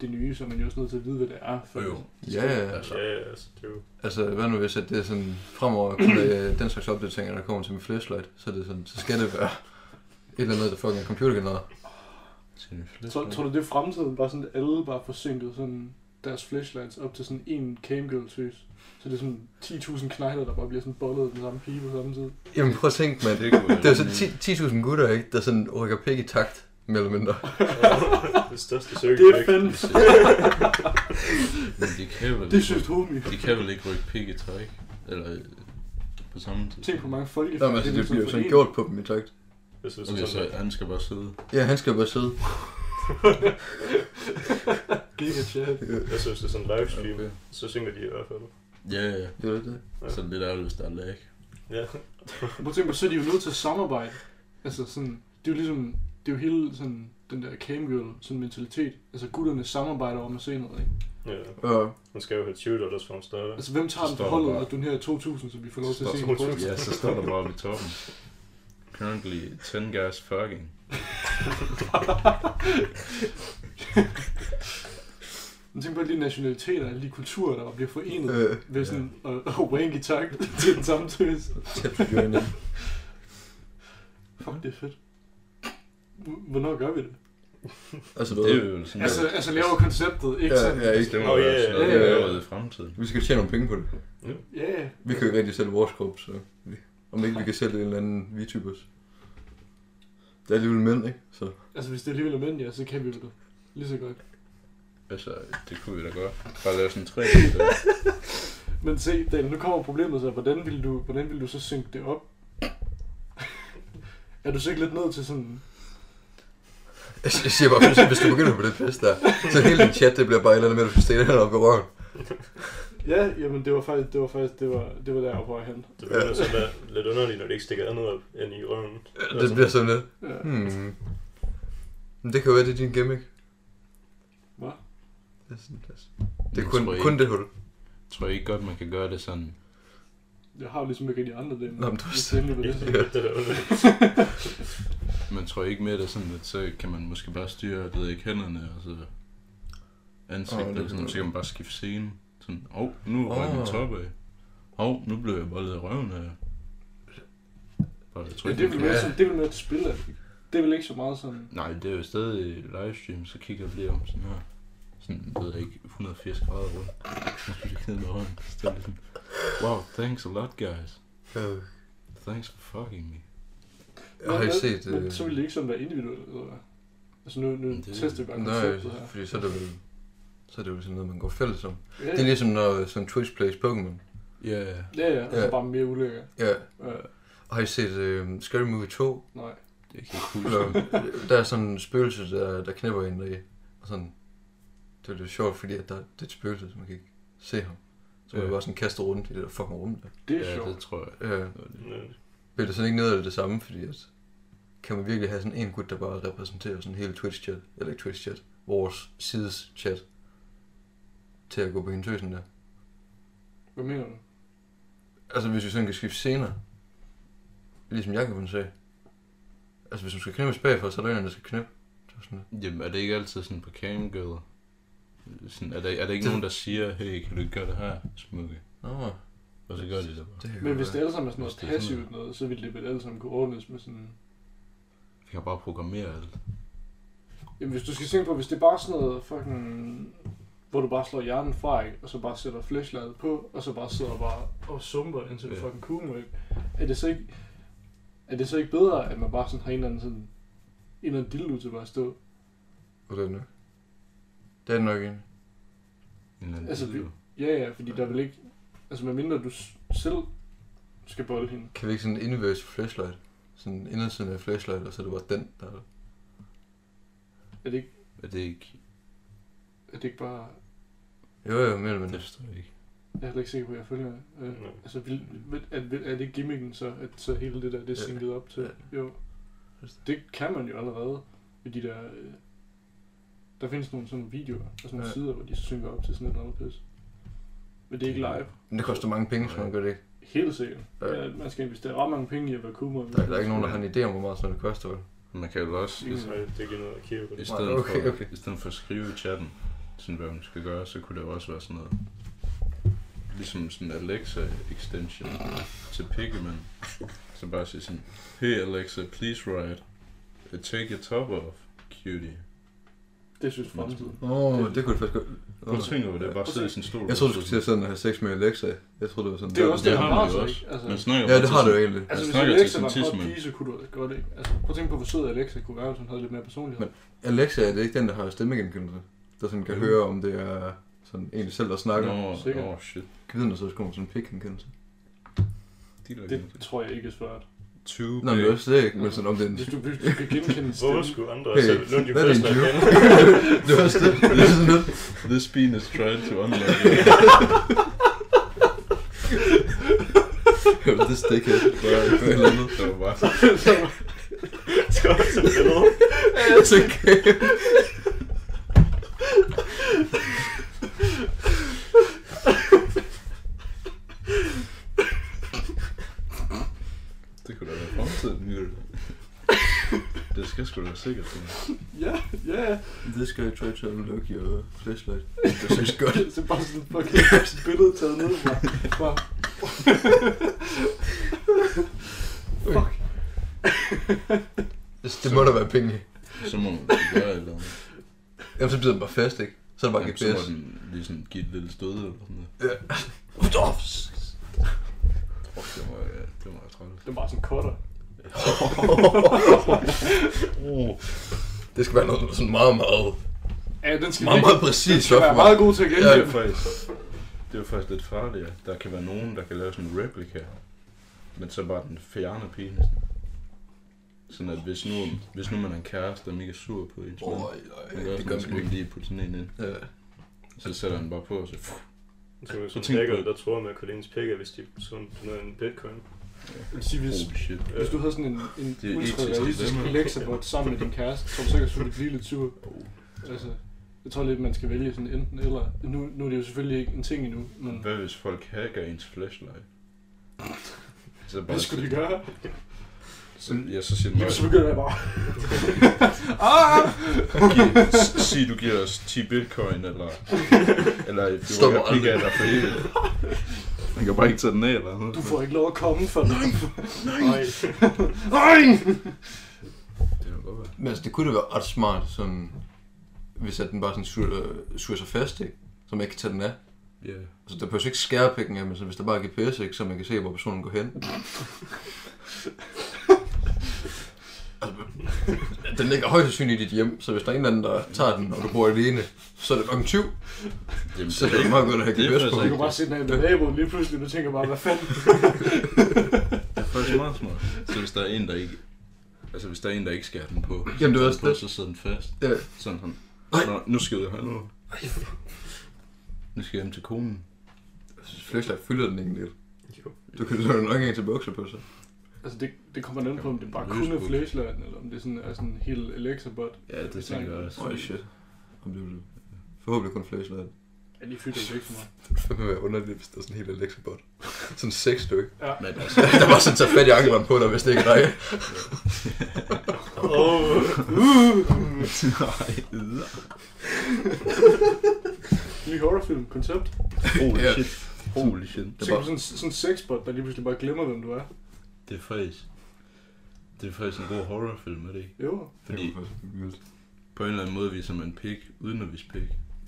[SPEAKER 2] det nye, så er man jo også nødt til at vide, hvad det er. For
[SPEAKER 3] Jo, jo.
[SPEAKER 1] Ja, ja.
[SPEAKER 3] Altså,
[SPEAKER 4] ja, altså, det er
[SPEAKER 2] *laughs*
[SPEAKER 4] jo... *laughs*
[SPEAKER 1] Altså, hvad nu hvis at det er sådan, fremover kun er den slags opdateringer, der kommer til min flashlight, så, er det sådan, så skal det være et eller andet, der fucking er computergenereret.
[SPEAKER 3] til en flæsk.
[SPEAKER 2] Tror, tror du, det er fremtiden, bare sådan, at alle bare får synket sådan deres flashlights op til sådan en camgirl tøs Så det er sådan 10.000 knejder, der bare bliver sådan bollet af den samme pige på samme tid.
[SPEAKER 1] Jamen prøv at tænke, mand.
[SPEAKER 3] det kunne være
[SPEAKER 1] Det er jo
[SPEAKER 3] lidt
[SPEAKER 1] sådan 10 10.000 gutter, ikke, der sådan rykker pik i takt, mere eller mindre.
[SPEAKER 4] det største cirkel.
[SPEAKER 2] Det er fandme
[SPEAKER 3] vildt. *laughs* Men de kan vel
[SPEAKER 2] det er
[SPEAKER 3] ikke
[SPEAKER 2] sygt
[SPEAKER 3] rykke,
[SPEAKER 2] homie.
[SPEAKER 3] de kan vel ikke rykke pik i træk? Eller øh, på samme tid?
[SPEAKER 2] Tænk på mange folk.
[SPEAKER 1] Nå, men altså, det bliver jo sådan gjort på dem i takt.
[SPEAKER 4] Hvis det er
[SPEAKER 3] Okay,
[SPEAKER 4] sådan,
[SPEAKER 3] så han skal bare sidde.
[SPEAKER 1] Ja, han skal bare sidde.
[SPEAKER 2] Giga chat.
[SPEAKER 4] jeg synes, det er sådan en livestream,
[SPEAKER 3] Okay.
[SPEAKER 4] så synker de i hvert fald.
[SPEAKER 3] Ja, ja.
[SPEAKER 1] Det er det.
[SPEAKER 3] Så lidt ærgerligt, hvis der er lag.
[SPEAKER 4] Ja,
[SPEAKER 2] Prøv at tænke på, så er de jo nødt til at samarbejde. Altså sådan, det er jo ligesom, det er jo hele sådan, den der camgirl sådan mentalitet. Altså gutterne samarbejder om at se noget, ikke?
[SPEAKER 4] ja.
[SPEAKER 1] Og
[SPEAKER 4] Man skal jo have 20 dollars for en starter.
[SPEAKER 2] Altså hvem tager
[SPEAKER 3] Så
[SPEAKER 2] den
[SPEAKER 3] står
[SPEAKER 2] på
[SPEAKER 3] der
[SPEAKER 2] holdet
[SPEAKER 3] bare-
[SPEAKER 2] og donerer 2.000, så vi får lov til at
[SPEAKER 4] Så
[SPEAKER 2] se en
[SPEAKER 4] står
[SPEAKER 2] på?
[SPEAKER 4] 2.000.
[SPEAKER 3] Ja, så står der bare ved toppen. Currently 10 guys fucking.
[SPEAKER 2] *laughs* Men tænk på alle de nationaliteter, alle de kulturer, der bliver forenet
[SPEAKER 1] øh,
[SPEAKER 2] ved sådan at yeah. wank i takt til den samme tøs.
[SPEAKER 1] tæt på dyrene.
[SPEAKER 2] Fuck, det er fedt. H- Hvornår gør vi det?
[SPEAKER 1] Altså,
[SPEAKER 3] Det er jo sådan,
[SPEAKER 2] Altså, altså laver konceptet, ikke
[SPEAKER 1] Ja,
[SPEAKER 2] sådan?
[SPEAKER 1] ja,
[SPEAKER 3] det
[SPEAKER 1] ikke.
[SPEAKER 3] må
[SPEAKER 4] Åh,
[SPEAKER 3] være
[SPEAKER 4] ja,
[SPEAKER 3] sådan noget,
[SPEAKER 2] ja,
[SPEAKER 3] vi
[SPEAKER 2] ja.
[SPEAKER 3] laver i fremtiden.
[SPEAKER 1] Vi skal tjene nogle penge på det.
[SPEAKER 2] Ja, ja.
[SPEAKER 1] Vi kan jo ikke rigtig sælge vores krop, så vi, om ikke vi kan sælge en eller anden VTubers. Det er alligevel mænd, ikke? Så
[SPEAKER 2] Altså, hvis det alligevel er mænd, ja, så kan vi jo det. Lige så godt.
[SPEAKER 3] Altså, det kunne vi da godt. Bare lave sådan tre.
[SPEAKER 2] Men se, Daniel, nu kommer problemet så. Hvordan vil du, hvordan vil du så synke det op? *laughs* er du så ikke lidt nødt til sådan...
[SPEAKER 1] jeg Altså, jeg siger bare, hvis, hvis du begynder på det pis der, så hele din chat, det bliver bare et eller andet med, at du skal stille den op i røven.
[SPEAKER 2] Ja, jamen det var faktisk, det var faktisk, det var, det var der, hvor jeg hen.
[SPEAKER 4] Det begynder så at være lidt underligt, når det ikke stikker andet op end i røven.
[SPEAKER 1] Det bliver sådan lidt.
[SPEAKER 2] Ja.
[SPEAKER 1] Hmm. Men det kan jo være, det er din gimmick.
[SPEAKER 2] Hvad?
[SPEAKER 1] Det er, sådan, det er, det er
[SPEAKER 3] Jeg
[SPEAKER 1] kun,
[SPEAKER 3] tror ikke-
[SPEAKER 1] kun det hul.
[SPEAKER 3] Tror I ikke godt, man kan gøre det sådan?
[SPEAKER 2] Jeg har jo ligesom ikke de andre dage.
[SPEAKER 1] Nå, men du-
[SPEAKER 2] det.
[SPEAKER 4] Det er da underligt.
[SPEAKER 3] Man tror ikke mere, det er sådan lidt, så kan man måske bare styre, det ved jeg ikke, hænderne og så
[SPEAKER 1] Åh,
[SPEAKER 3] ansigt
[SPEAKER 1] det
[SPEAKER 3] oh,
[SPEAKER 1] kan
[SPEAKER 3] og sådan,
[SPEAKER 1] du-
[SPEAKER 3] så kan man bare skifte scene. Sådan, åh, oh, nu røg oh. min
[SPEAKER 1] Åh.
[SPEAKER 3] top af. Åh, oh, nu blev jeg bollet i røven af. Bare, jeg tror
[SPEAKER 2] Men
[SPEAKER 3] ikke,
[SPEAKER 2] det er
[SPEAKER 3] man
[SPEAKER 2] vel
[SPEAKER 3] kan-
[SPEAKER 2] mere
[SPEAKER 1] Ja.
[SPEAKER 2] sådan, det er vel mere et spil, at det er vel ikke så meget sådan...
[SPEAKER 3] Nej, det er jo stadig livestream, så kigger jeg lige om sådan her. Sådan, ved jeg ikke, 180 grader rundt. *laughs* Så bliver det knivet med hånden. Så står det sådan, wow, thanks a lot, guys.
[SPEAKER 1] Øh,
[SPEAKER 3] Thanks for fucking me.
[SPEAKER 1] Jeg har ikke
[SPEAKER 2] Men-
[SPEAKER 1] set... øh,
[SPEAKER 2] Men, så vil det ikke sådan være individuelt, eller hvad? Altså nu, nu
[SPEAKER 3] Men det-
[SPEAKER 2] det, tester vi bare konceptet
[SPEAKER 1] Nej,
[SPEAKER 2] her.
[SPEAKER 1] fordi så er det vel... Så er det jo sådan noget, man går fælles om.
[SPEAKER 2] Ja,
[SPEAKER 1] Det er ligesom, når sådan Twitch plays Pokémon.
[SPEAKER 3] Ja, yeah.
[SPEAKER 2] ja, ja, og så
[SPEAKER 1] Ja.
[SPEAKER 2] bare mere ulækker.
[SPEAKER 1] Ja,
[SPEAKER 2] Ja,
[SPEAKER 1] og har I set øh, Scary Movie 2?
[SPEAKER 2] nej.
[SPEAKER 3] det er ikke cool.
[SPEAKER 2] *laughs*
[SPEAKER 1] Eller, der er sådan en spøgelse, der, der knipper en deri. Og sådan, det er lidt sjovt, fordi at der, det er et spøgelse, så man kan ikke se ham. Så man
[SPEAKER 3] Ja.
[SPEAKER 1] ja. bare sådan kaster rundt i det der fucking rum der.
[SPEAKER 2] Det er
[SPEAKER 3] Ja,
[SPEAKER 2] sjovt.
[SPEAKER 3] det tror
[SPEAKER 1] Øh,
[SPEAKER 3] jeg. Det var det.
[SPEAKER 4] Men
[SPEAKER 1] bliver det sådan ikke noget af det samme, fordi at, kan man virkelig have sådan en gut, der bare repræsenterer sådan hele Twitch-chat, eller ikke Twitch-chat, vores sides chat, til at gå på hendes tøsen der.
[SPEAKER 2] Hvad mener du?
[SPEAKER 1] Altså hvis vi sådan kan skifte scener, ligesom Jacob han sagde. Altså hvis du skal knippes bagfra, så er der en, der skal knippe. Det var sådan,
[SPEAKER 3] Jamen, er det ikke altid sådan på camgirl? Sådan, er, der, er der ikke
[SPEAKER 1] Det-
[SPEAKER 3] nogen, der siger, hey, kan du ikke gøre det her, smukke?
[SPEAKER 1] Nå,
[SPEAKER 3] Og så gør de det bare.
[SPEAKER 1] det kan
[SPEAKER 2] Men
[SPEAKER 1] godt
[SPEAKER 2] hvis det
[SPEAKER 1] være.
[SPEAKER 2] alle sammen er sådan noget
[SPEAKER 3] Hvis det er sådan
[SPEAKER 2] passivt noget, så ville det vel alle sammen kunne ordnes med sådan...
[SPEAKER 3] Vi kan bare programmere alt.
[SPEAKER 2] Jamen hvis du skal tænke på, hvis det er bare sådan noget fucking... Hvor du bare slår hjernen fra, ikke? Og så bare sætter flashlightet på, og så bare sidder og bare og zumper indtil du
[SPEAKER 3] Ja.
[SPEAKER 2] fucking kumer, ikke? Er det så ikke... Er det så ikke bedre, at man bare sådan har en eller anden sådan... En eller anden dildo til bare at stå?
[SPEAKER 1] Og det er det nok. Det er det nok en.
[SPEAKER 3] En eller anden
[SPEAKER 2] Altså,
[SPEAKER 3] video.
[SPEAKER 2] Ja, ja, fordi der vil ikke... Altså, medmindre du s- selv skal bolde hende.
[SPEAKER 1] Kan vi ikke sådan en inverse flashlight? Sådan indersiden af flashlight, og så er det bare den, der er der.
[SPEAKER 2] Er det ikke,
[SPEAKER 3] Er det ikke...
[SPEAKER 2] er det ikke bare...
[SPEAKER 1] Jo, jo, mere eller
[SPEAKER 3] Men
[SPEAKER 1] mindre.
[SPEAKER 3] det forstår jeg ikke.
[SPEAKER 2] Jeg er heller ikke sikker på, at jeg følger. Øh,
[SPEAKER 4] Nej.
[SPEAKER 2] altså, vil, vil, er, vil, er det gimmicken så, at så hele det der, det er
[SPEAKER 1] Ja.
[SPEAKER 2] sinket op til?
[SPEAKER 1] Ja.
[SPEAKER 2] Jo. Det kan man jo allerede med de der... Øh, der findes nogle sådan videoer og sådan nogle
[SPEAKER 1] Ja.
[SPEAKER 2] sider, hvor de synker op til sådan et eller andet pis. Men det er ikke live.
[SPEAKER 1] Men det koster mange penge, så man gør det ikke.
[SPEAKER 2] Helt sikkert.
[SPEAKER 1] Ja.
[SPEAKER 2] Ja. Man skal investere ret mange penge i at være kummer.
[SPEAKER 1] Der, der er ikke nogen, der har en idé om, hvor meget sådan noget koster. vel?
[SPEAKER 3] Man kan jo også,
[SPEAKER 2] Mm.
[SPEAKER 3] i,
[SPEAKER 4] Nej, det er ikke noget at kigge på.
[SPEAKER 3] i,
[SPEAKER 4] Det.
[SPEAKER 3] stedet
[SPEAKER 1] okay,
[SPEAKER 3] for,
[SPEAKER 1] okay.
[SPEAKER 3] i stedet for at skrive i chatten, sådan hvad hun skal gøre, så kunne det jo også være sådan noget. Ligesom sådan en Alexa extension til Pigman. Så bare sige sådan, hey Alexa, please write, uh, take your top off, cutie.
[SPEAKER 2] Det synes fremtiden.
[SPEAKER 1] Åh,
[SPEAKER 2] Det-
[SPEAKER 1] det kunne det faktisk godt.
[SPEAKER 3] Prøv at tænke over det, bare
[SPEAKER 2] Prøv at
[SPEAKER 3] sidde i
[SPEAKER 2] se.
[SPEAKER 3] sin stol.
[SPEAKER 1] Jeg troede, du skulle til at sådan at have sex med Alexa. Jeg troede, det var sådan.
[SPEAKER 2] Det er jo også det,
[SPEAKER 3] det har
[SPEAKER 2] han
[SPEAKER 3] man
[SPEAKER 2] har
[SPEAKER 3] jo
[SPEAKER 2] så
[SPEAKER 3] også.
[SPEAKER 2] ikke. Altså,
[SPEAKER 3] Man snakker
[SPEAKER 1] Ja,
[SPEAKER 3] bare
[SPEAKER 1] det
[SPEAKER 3] til
[SPEAKER 1] har du
[SPEAKER 3] sin-
[SPEAKER 1] jo egentlig.
[SPEAKER 2] Altså, hvis
[SPEAKER 3] snakker til
[SPEAKER 2] Alexa
[SPEAKER 3] sin
[SPEAKER 2] var en
[SPEAKER 3] tidsmand.
[SPEAKER 2] hot pige, så kunne du også godt ikke. Altså, prøv at tænke på, hvor sød Alexa kunne være, hvis hun havde lidt mere personlighed.
[SPEAKER 1] Men- Alexa er det ikke den, der har stemmegenkendelse. Der sådan kan
[SPEAKER 3] Jo.
[SPEAKER 1] høre, om det er sådan en selv, der snakker.
[SPEAKER 3] Nå,
[SPEAKER 2] sikkert.
[SPEAKER 3] nå, shit.
[SPEAKER 1] Kan vide, når så kommer sådan en pikgenkendelse.
[SPEAKER 3] De der
[SPEAKER 2] det tror jeg ikke er svært.
[SPEAKER 3] Too
[SPEAKER 1] Nå, men
[SPEAKER 3] big.
[SPEAKER 1] også det ikke, men sådan om det er en...
[SPEAKER 2] Hvis du, hvis du kan genkende
[SPEAKER 1] *laughs*
[SPEAKER 2] en
[SPEAKER 4] Hvorfor
[SPEAKER 2] stemme,
[SPEAKER 4] skulle andre
[SPEAKER 1] Hey,
[SPEAKER 4] hey, selv nogle af de
[SPEAKER 1] that
[SPEAKER 4] første,
[SPEAKER 1] ain't
[SPEAKER 4] der
[SPEAKER 1] you.
[SPEAKER 4] kender? *laughs*
[SPEAKER 1] *laughs* det er også det. Det er sådan lidt.
[SPEAKER 3] This bean is trying to unlock
[SPEAKER 1] *laughs* Jamen, det stikker.
[SPEAKER 3] Bare et eller andet, der var bare
[SPEAKER 4] Det var også et billede.
[SPEAKER 1] *laughs* Så kæft.
[SPEAKER 3] Det kunne da være fremtiden, Myrl. Det skal sgu da sikkert sådan.
[SPEAKER 2] ja, ja, ja.
[SPEAKER 1] This guy tried to unlock your flashlight. Det er så godt.
[SPEAKER 2] *laughs* Så bare sådan et fucking billede taget ned fra. fra. Fuck.
[SPEAKER 1] Det må da være penge.
[SPEAKER 3] Så må man gøre et eller andet.
[SPEAKER 1] Jamen, så bliver den bare fast, ikke? Så er det bare
[SPEAKER 3] Jamen, så
[SPEAKER 1] GPS.
[SPEAKER 3] må den lige sådan give et lille stød eller sådan noget.
[SPEAKER 1] Ja. Åh,
[SPEAKER 3] Fuck, det var, ja, det var træt.
[SPEAKER 2] Det er bare sådan cutter.
[SPEAKER 1] Det skal være noget der er sådan meget, meget,
[SPEAKER 2] Ja, den skal
[SPEAKER 1] meget,
[SPEAKER 2] virkelig-
[SPEAKER 1] meget præcis.
[SPEAKER 2] den skal være meget god til at
[SPEAKER 3] Det
[SPEAKER 1] Ja.
[SPEAKER 2] genkende.
[SPEAKER 3] er faktisk, det er faktisk lidt farligt, at der kan være nogen, der kan lave sådan en replika, men så bare den fjerne penisen. Sådan at hvis nu, hvis nu man er en kæreste, der er mega sur på ens mand,
[SPEAKER 1] Åh, det
[SPEAKER 3] man
[SPEAKER 1] gør
[SPEAKER 3] sådan, så
[SPEAKER 1] man
[SPEAKER 3] kan man
[SPEAKER 1] ikke.
[SPEAKER 3] lige putte sådan en ind.
[SPEAKER 1] Ja.
[SPEAKER 3] Så
[SPEAKER 2] Altså-
[SPEAKER 3] sætter han bare på, og så...
[SPEAKER 4] Så var
[SPEAKER 3] Så
[SPEAKER 4] sådan en
[SPEAKER 3] tænk
[SPEAKER 4] hacker,
[SPEAKER 3] på-
[SPEAKER 4] der tror med at kunne lide ens pikker, hvis de sådan donerede en bitcoin. Øh,
[SPEAKER 2] Det vil sige, hvis,
[SPEAKER 3] Oh shit.
[SPEAKER 2] hvis du havde sådan en, en
[SPEAKER 3] Det er
[SPEAKER 2] ultra
[SPEAKER 3] etisk
[SPEAKER 2] realistisk
[SPEAKER 3] dilemma.
[SPEAKER 2] Alexa-bot sammen med din kæreste, så tror du sikkert, at du blive lidt sur.
[SPEAKER 3] Oh.
[SPEAKER 2] Altså, jeg tror lidt, man skal vælge sådan enten eller. Nu, nu er det jo selvfølgelig ikke en ting endnu, men
[SPEAKER 3] Hvad hvis folk hacker ens
[SPEAKER 2] *laughs*
[SPEAKER 3] flashlight? Så
[SPEAKER 2] hvad skulle de gøre?
[SPEAKER 3] Så, ja, så siger den
[SPEAKER 2] Lige så
[SPEAKER 3] bare,
[SPEAKER 2] begynder jeg bare. ah!
[SPEAKER 3] "Giv- s- sig du giver os 10 bitcoin, eller,
[SPEAKER 2] *laughs*
[SPEAKER 3] eller du
[SPEAKER 1] Stop
[SPEAKER 3] ikke
[SPEAKER 1] mig
[SPEAKER 3] kigge af dig for evigt. Man kan bare ikke tage den af, eller noget.
[SPEAKER 2] Du får ikke lov at komme for Nej!
[SPEAKER 4] Nej.
[SPEAKER 2] *laughs* Nej!
[SPEAKER 3] Det kan godt være.
[SPEAKER 1] Men altså, det kunne da være ret smart, sådan, hvis at den bare sådan suger, øh, suger sig fast, ikke? Så man ikke kan tage den af.
[SPEAKER 3] Ja.
[SPEAKER 1] Altså, der behøver ikke skære pikken af, men så hvis der bare er GPS, ikke, så man kan se, hvor personen går hen. altså, den ligger højst sandsynligt i dit hjem, så hvis der er en eller anden, der tager den, og du bor alene, så er det fucking 20.
[SPEAKER 3] Jamen,
[SPEAKER 1] Så er det ikke meget godt at have
[SPEAKER 3] Det er
[SPEAKER 1] GPS
[SPEAKER 3] faktisk
[SPEAKER 1] på.
[SPEAKER 2] Du kan bare sætte den af med naboen lige pludselig, og du tænker bare, hvad fanden?
[SPEAKER 3] det er faktisk meget smart. Så hvis der er en, der ikke... Altså, hvis der er en, der ikke skærer den på,
[SPEAKER 1] Jamen, det er også
[SPEAKER 3] på,
[SPEAKER 1] det.
[SPEAKER 3] så sidder den fast.
[SPEAKER 1] Ja.
[SPEAKER 3] Sådan han.
[SPEAKER 1] Nej.
[SPEAKER 3] Nå, nu skal jeg ud og have noget. Nu skal jeg hjem til konen.
[SPEAKER 1] Flashlight fylder den ikke lidt.
[SPEAKER 4] Jo.
[SPEAKER 1] Du kan jo nok ikke til bukser på sig.
[SPEAKER 2] Altså, det, det kommer an på, om det bare
[SPEAKER 3] Løs
[SPEAKER 2] kun er
[SPEAKER 3] bukser.
[SPEAKER 2] flashlighten, eller om det sådan, er sådan en hel Alexa-bot.
[SPEAKER 3] Ja, det tænker jeg også.
[SPEAKER 1] Åh, oh, shit. Om det vil... Forhåbentlig kun flashlight.
[SPEAKER 2] Ja, de fylder jo ikke så meget.
[SPEAKER 1] Det ville være underligt, hvis det var sådan helt Alexa-bot. Sådan seks
[SPEAKER 2] *laughs*
[SPEAKER 1] stykke.
[SPEAKER 3] Men altså,
[SPEAKER 1] *laughs* der var sådan tager fat
[SPEAKER 3] *laughs*
[SPEAKER 1] i ankeren på dig, hvis det ikke er dig.
[SPEAKER 4] Åh,
[SPEAKER 3] Nej,
[SPEAKER 2] ny horrorfilm, koncept.
[SPEAKER 3] Holy
[SPEAKER 1] Ja.
[SPEAKER 3] shit. Holy shit.
[SPEAKER 1] Det
[SPEAKER 2] Det
[SPEAKER 1] er
[SPEAKER 2] er
[SPEAKER 1] bare-
[SPEAKER 2] sådan, sådan en sexbot, der lige pludselig bare glemmer, hvem du er.
[SPEAKER 3] Det er faktisk... Det er faktisk en god horrorfilm, er det ikke?
[SPEAKER 2] Jo.
[SPEAKER 3] Fordi
[SPEAKER 1] Det er jo faktisk vildt.
[SPEAKER 3] på en eller anden måde viser man pik, uden at vise pik.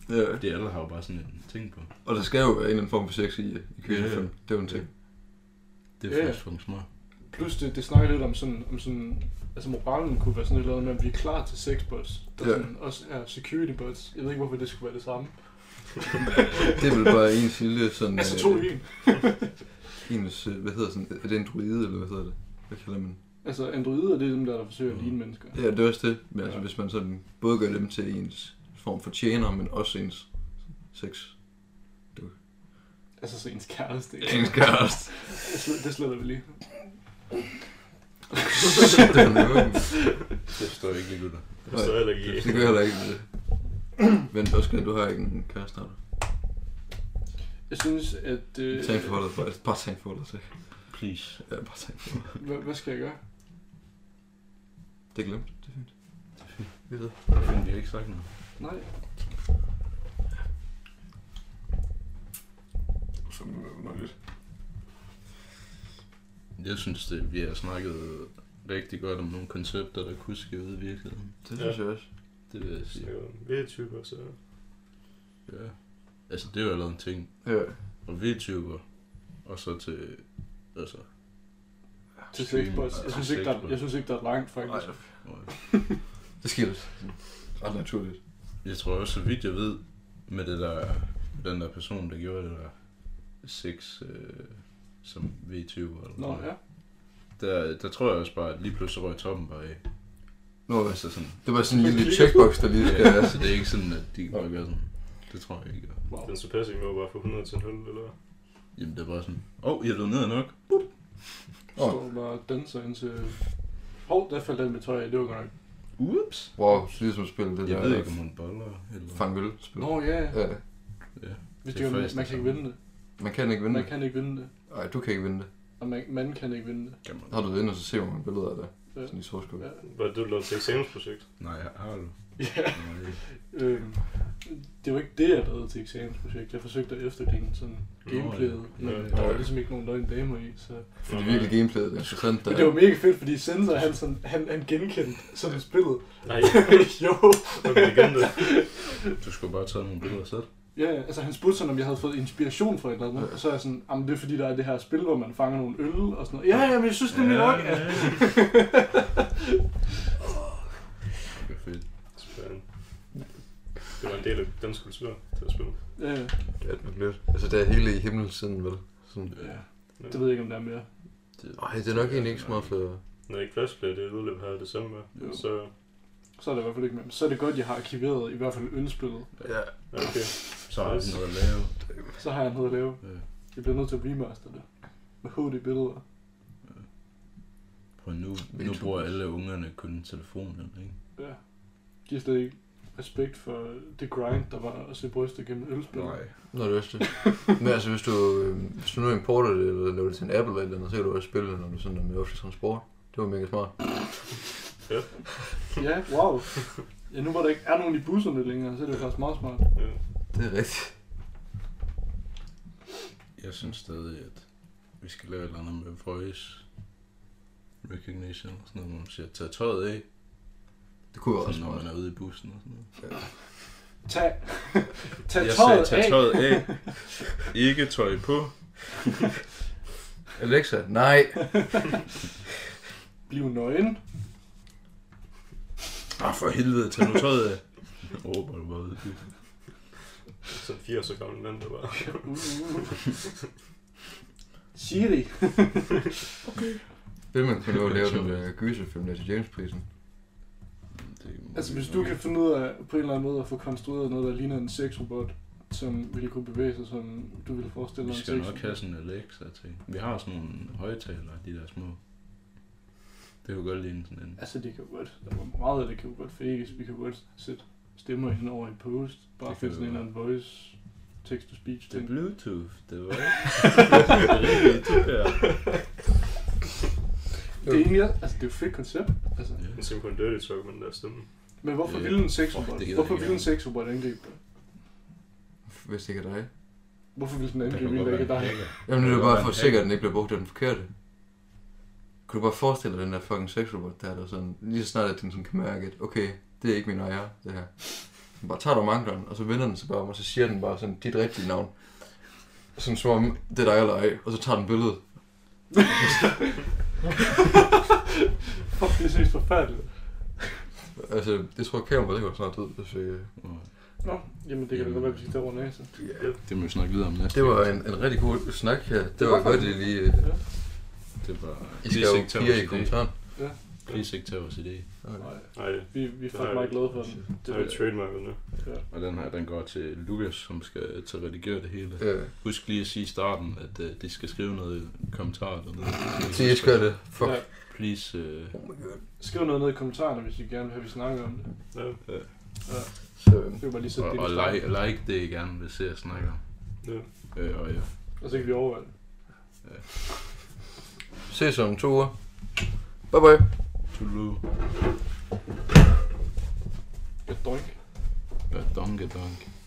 [SPEAKER 1] Ja,
[SPEAKER 3] Fordi alle har jo bare sådan en ting på.
[SPEAKER 1] og der skal jo være en eller anden form for sex i, i kvindefilm.
[SPEAKER 3] Ja.
[SPEAKER 1] Det er jo en ting.
[SPEAKER 3] Det er
[SPEAKER 2] Ja, ja.
[SPEAKER 3] faktisk fucking smart.
[SPEAKER 2] Plus det, det snakker lidt om sådan, om sådan, altså moralen kunne være sådan et eller andet med, at vi er klar til sexbots, der
[SPEAKER 1] Ja.
[SPEAKER 2] ja. sådan også er security bots. Jeg ved ikke, hvorfor det skulle være det samme.
[SPEAKER 1] Det er vel bare ens lille sådan...
[SPEAKER 2] altså
[SPEAKER 1] øh,
[SPEAKER 2] to i en.
[SPEAKER 1] Ens, øh, hvad hedder sådan... Er det en druide, eller hvad hedder det? Hvad kalder man?
[SPEAKER 2] Altså androider, det er dem der, der forsøger at
[SPEAKER 3] Mhm.
[SPEAKER 2] ligne mennesker.
[SPEAKER 1] Mm. Ja, det er også det. Men altså,
[SPEAKER 2] Ja.
[SPEAKER 1] hvis man sådan både gør dem til ens form for tjenere, men også ens sex.
[SPEAKER 2] Altså så ens kæreste. ikke?
[SPEAKER 1] Ens kæreste.
[SPEAKER 2] Det sl- Det sletter vi lige.
[SPEAKER 1] Shit, det er *laughs* en
[SPEAKER 3] Det står ikke lige gutter.
[SPEAKER 4] Det står heller ikke i.
[SPEAKER 1] Det, det gør jeg heller ikke med det. Vent, Oscar, du har ikke en kæreste, har du?
[SPEAKER 2] Jeg synes, at... Øh,
[SPEAKER 1] Tag en forholdet for dig. Bare tag en forholdet til.
[SPEAKER 3] Please.
[SPEAKER 1] Ja, bare tag en forholdet.
[SPEAKER 2] hvad, hvad skal jeg gøre?
[SPEAKER 1] Det er glemt. Det er fint. Vi ved.
[SPEAKER 3] Det finder jeg ikke sagt noget.
[SPEAKER 2] Nej.
[SPEAKER 1] Så må det være lidt.
[SPEAKER 3] Jeg synes, det, vi har snakket rigtig godt om nogle koncepter, der kunne ske ud i virkeligheden.
[SPEAKER 1] Det synes jeg også.
[SPEAKER 3] Det vil jeg sige.
[SPEAKER 4] Vi er typer, så...
[SPEAKER 3] Ja. Altså, det er jo allerede en ting.
[SPEAKER 1] Ja.
[SPEAKER 3] Og VTuber, og så til... Altså,
[SPEAKER 2] Til
[SPEAKER 3] Stream,
[SPEAKER 2] sexbots. Jeg
[SPEAKER 3] altså,
[SPEAKER 2] synes ikke, der,
[SPEAKER 3] sexbots.
[SPEAKER 2] jeg synes ikke, der er langt, faktisk.
[SPEAKER 1] Ej,
[SPEAKER 3] og
[SPEAKER 1] det sker lidt. Ret naturligt.
[SPEAKER 3] jeg tror også, så vidt jeg ved, med det der, den der person, der gjorde det der sex øh, som VTuber, eller
[SPEAKER 2] Nå,
[SPEAKER 3] noget,
[SPEAKER 2] ja.
[SPEAKER 3] der, der tror jeg også bare, at lige pludselig røg toppen bare af.
[SPEAKER 1] Nå, altså,
[SPEAKER 3] Altså sådan,
[SPEAKER 1] det var sådan en lille checkbox, der lige skal...
[SPEAKER 3] ja, altså, det er ikke sådan, at de bare gør sådan. Det tror jeg ikke.
[SPEAKER 2] Wow.
[SPEAKER 4] Den surpassing var bare fra 100 til 0, eller hvad?
[SPEAKER 3] Jamen, det er bare sådan, åh, oh, jeg donerede nok.
[SPEAKER 2] Så står du bare og danser ind til... Hov, der faldt alt mit tøj af. Det var godt nok.
[SPEAKER 3] Ups.
[SPEAKER 1] Wow, så ligesom spille det
[SPEAKER 3] Jeg
[SPEAKER 1] der...
[SPEAKER 3] ved ikke, om hun boller, eller...
[SPEAKER 1] Fang øl spil.
[SPEAKER 2] Nå, ja.
[SPEAKER 1] Ja.
[SPEAKER 3] Ja.
[SPEAKER 2] Hvis
[SPEAKER 3] Det
[SPEAKER 2] det
[SPEAKER 3] er faktisk
[SPEAKER 2] var, man
[SPEAKER 3] det
[SPEAKER 2] kan ikke
[SPEAKER 3] samme.
[SPEAKER 2] vinde det.
[SPEAKER 1] Man kan ikke vinde
[SPEAKER 2] Man
[SPEAKER 1] det.
[SPEAKER 2] kan ikke vinde det.
[SPEAKER 1] Ej, du kan ikke vinde det.
[SPEAKER 2] Og man, man kan ikke vinde det.
[SPEAKER 3] Kan man.
[SPEAKER 1] Har du været inde og så se, hvor mange billeder er der?
[SPEAKER 2] Ja.
[SPEAKER 1] Sådan i sorskub.
[SPEAKER 2] Ja. *laughs*
[SPEAKER 4] Var det, du lavede til eksamensprojekt?
[SPEAKER 3] Nej, har du?
[SPEAKER 2] ja.
[SPEAKER 3] Nej.
[SPEAKER 2] Øhm, det var ikke det, jeg lavede til eksamensprojekt. Jeg forsøgte at efterligne sådan gameplayet,
[SPEAKER 3] ja.
[SPEAKER 2] men
[SPEAKER 4] Ja.
[SPEAKER 2] der var ligesom ikke nogen, der var en damer i, så...
[SPEAKER 1] For det er virkelig gameplayet, det er interessant. Der...
[SPEAKER 2] Men det var mega fedt, fordi Sensor, han, sådan, han, han genkendte sådan spillet.
[SPEAKER 4] Nej,
[SPEAKER 2] jo.
[SPEAKER 4] jeg vil igen det.
[SPEAKER 3] Du skulle bare tage nogle billeder selv.
[SPEAKER 2] Ja, ja, altså han spurgte sådan, om jeg havde fået inspiration fra et eller andet.
[SPEAKER 1] Ja.
[SPEAKER 2] Og så er jeg sådan, jamen det er fordi, der er det her spil, hvor man fanger nogle øl og sådan noget. Ja, ja, men jeg synes nemlig nok, at...
[SPEAKER 3] *laughs* Det er fedt.
[SPEAKER 4] Spændende. Det var en del af den skulle svare til at spille.
[SPEAKER 2] Ja, ja.
[SPEAKER 1] Det er nok lidt. Altså, det er hele i himmelssiden, vel? Sådan...
[SPEAKER 2] ja. Det ved jeg ikke, om der er mere.
[SPEAKER 1] Ej, det er nok egentlig ikke så meget flere.
[SPEAKER 4] Når ikke fastplay, det udløb her i december,
[SPEAKER 2] Jo.
[SPEAKER 4] så...
[SPEAKER 2] Så er der i hvert fald ikke mere. Så er det godt, jeg har arkiveret i hvert fald ølspillet.
[SPEAKER 1] Ja.
[SPEAKER 4] ja, Okay.
[SPEAKER 3] Så har vi noget at lave. Øh,
[SPEAKER 2] Så har jeg noget at lave.
[SPEAKER 3] Ja.
[SPEAKER 2] Jeg bliver nødt til at remaster det. Med HD-billeder.
[SPEAKER 3] Prøv nu, nu bruger alle ungerne kun telefonen, ikke?
[SPEAKER 2] Ja. De har slet ikke respekt for det grind, der var at se bryster gennem ølspil.
[SPEAKER 1] Nå, det er også det. Men altså, hvis du, øh, hvis du nu importer det, eller laver det til en app eller et eller andet, så kan du også spille det, når du sådan er med offentlig transport. Det var mega smart.
[SPEAKER 2] Ja, wow. Ja, nu hvor der ikke er nogen i busserne længere, så er det jo faktisk meget smart.
[SPEAKER 4] Ja.
[SPEAKER 1] Det er rigtigt.
[SPEAKER 3] Jeg synes stadig, at vi skal lave et eller andet med voice recognition og sådan noget, hvor man siger, tag tøjet af,
[SPEAKER 1] Det kunne være
[SPEAKER 3] sådan,
[SPEAKER 1] også
[SPEAKER 3] når
[SPEAKER 1] smart.
[SPEAKER 3] man er ude i bussen og sådan noget.
[SPEAKER 2] Tag, *laughs* tag
[SPEAKER 3] jeg
[SPEAKER 2] tøjet
[SPEAKER 3] tag
[SPEAKER 2] af.
[SPEAKER 3] tøjet af. Ikke tøj på.
[SPEAKER 1] Alexa, nej.
[SPEAKER 2] Bliv nøgen.
[SPEAKER 3] Ah, for helvede, tag nu tøjet
[SPEAKER 2] *laughs*
[SPEAKER 3] af. Råber du bare ud i bussen.
[SPEAKER 4] Sådan 80 år gammel mand, der var. *laughs*
[SPEAKER 2] Uh, uh, uh. *laughs* Siri.
[SPEAKER 1] *laughs* Det man kunne lave at lave den der gyserfilm der til James-prisen.
[SPEAKER 3] Det er-
[SPEAKER 2] Altså hvis du kan finde ud af på en eller anden måde at få konstrueret noget, der ligner en sexrobot, som ville kunne bevæge sig, som du ville forestille
[SPEAKER 3] Vi
[SPEAKER 2] dig en
[SPEAKER 3] skal nok
[SPEAKER 2] sexrobot.
[SPEAKER 3] have sådan en Alexa til. Vi har sådan nogle højtalere, de der små. Det kunne godt ligne sådan en.
[SPEAKER 2] Altså det kan jo godt, der var meget af det kan jo godt fakes, vi kan jo godt sætte stemmer ind over i post, bare
[SPEAKER 3] Det
[SPEAKER 2] finde
[SPEAKER 3] kan
[SPEAKER 2] sådan en
[SPEAKER 3] jo
[SPEAKER 2] eller anden voice, text to speech
[SPEAKER 3] Det er
[SPEAKER 2] ting.
[SPEAKER 3] Bluetooth, det
[SPEAKER 2] *laughs*
[SPEAKER 3] var ikke. det er der.
[SPEAKER 2] Det er egentlig, altså det er jo et fedt koncept, altså.
[SPEAKER 3] Ja.
[SPEAKER 4] Jeg tænkte på en dirty talk med den der stemme.
[SPEAKER 2] Men hvorfor
[SPEAKER 3] Ja.
[SPEAKER 2] ville en
[SPEAKER 3] Åh, det
[SPEAKER 2] sexrobot,
[SPEAKER 3] gider jeg ikke
[SPEAKER 2] hvorfor ville en
[SPEAKER 3] engang.
[SPEAKER 2] sexrobot angribe dig?
[SPEAKER 1] hvis det ikke er dig.
[SPEAKER 2] Hvorfor vil den
[SPEAKER 3] Der
[SPEAKER 2] angribe
[SPEAKER 3] kan
[SPEAKER 2] en,
[SPEAKER 3] godt
[SPEAKER 2] der ikke er
[SPEAKER 3] være en
[SPEAKER 2] dig? *laughs*
[SPEAKER 3] hacker.
[SPEAKER 1] Jamen, det er
[SPEAKER 3] Det
[SPEAKER 1] jo
[SPEAKER 3] var
[SPEAKER 1] bare
[SPEAKER 3] en
[SPEAKER 1] for at
[SPEAKER 3] hacker.
[SPEAKER 1] sikre, at den ikke bliver brugt af den forkerte. Kunne du bare forestille dig den der fucking sexrobot, der er der sådan, lige så snart at den sådan kan mærke, at okay, det er ikke min ejer, det her. Den bare tager dig mangleren, og så vender den sig bare om, og så siger den bare sådan dit rigtige navn. Sådan som om, det er dig eller ej, og så tager den billedet.
[SPEAKER 2] Fuck, det synes forfærdeligt.
[SPEAKER 1] Altså, det tror jeg, kameraet det går snart ud, hvis vi... øh,
[SPEAKER 3] Nå,
[SPEAKER 2] Nå, jamen det kan da godt være, hvis vi tager over næsen.
[SPEAKER 1] Yeah.
[SPEAKER 3] Det må vi snakke videre om næste
[SPEAKER 1] Det var
[SPEAKER 3] gang.
[SPEAKER 1] en, en rigtig god snak her. Det,
[SPEAKER 2] Det
[SPEAKER 1] var
[SPEAKER 2] var
[SPEAKER 1] godt, at I
[SPEAKER 2] faktisk-
[SPEAKER 1] lige... øh,
[SPEAKER 2] Ja.
[SPEAKER 3] Det var...
[SPEAKER 1] I skal
[SPEAKER 3] Please
[SPEAKER 1] jo
[SPEAKER 3] ikke tage
[SPEAKER 1] piger
[SPEAKER 3] vores
[SPEAKER 1] i
[SPEAKER 3] idé.
[SPEAKER 1] kommentaren.
[SPEAKER 3] Please ikke tage vores idé.
[SPEAKER 1] Okay.
[SPEAKER 2] Nej,
[SPEAKER 4] Nej,
[SPEAKER 2] vi, vi er
[SPEAKER 4] Det har jeg
[SPEAKER 2] faktisk meget
[SPEAKER 4] ikke.
[SPEAKER 2] glade for den.
[SPEAKER 4] det er trademarket nu.
[SPEAKER 3] Og den her, den går til Lukas, som skal til at redigere det hele.
[SPEAKER 1] Øh,
[SPEAKER 3] Husk lige at sige i starten, at uh, de skal skrive noget kommentar eller noget.
[SPEAKER 1] de elsker det. Fuck.
[SPEAKER 2] Ja.
[SPEAKER 3] Please, uh,
[SPEAKER 1] Oh my god.
[SPEAKER 2] Skriv noget ned i kommentarerne, hvis I gerne vil have, at vi snakker om det.
[SPEAKER 4] Ja,
[SPEAKER 1] Så, øh,
[SPEAKER 2] Så kan vi bare lige
[SPEAKER 3] og,
[SPEAKER 2] sætte det i
[SPEAKER 3] og
[SPEAKER 2] starten.
[SPEAKER 3] like, like det, I gerne vil se og snakke om.
[SPEAKER 4] ja.
[SPEAKER 3] Øh, og ja,
[SPEAKER 2] Og så kan vi overveje det.
[SPEAKER 1] ses om to uger. Bye bye.
[SPEAKER 3] Tulu,
[SPEAKER 2] Et drink.
[SPEAKER 3] badonkedonk.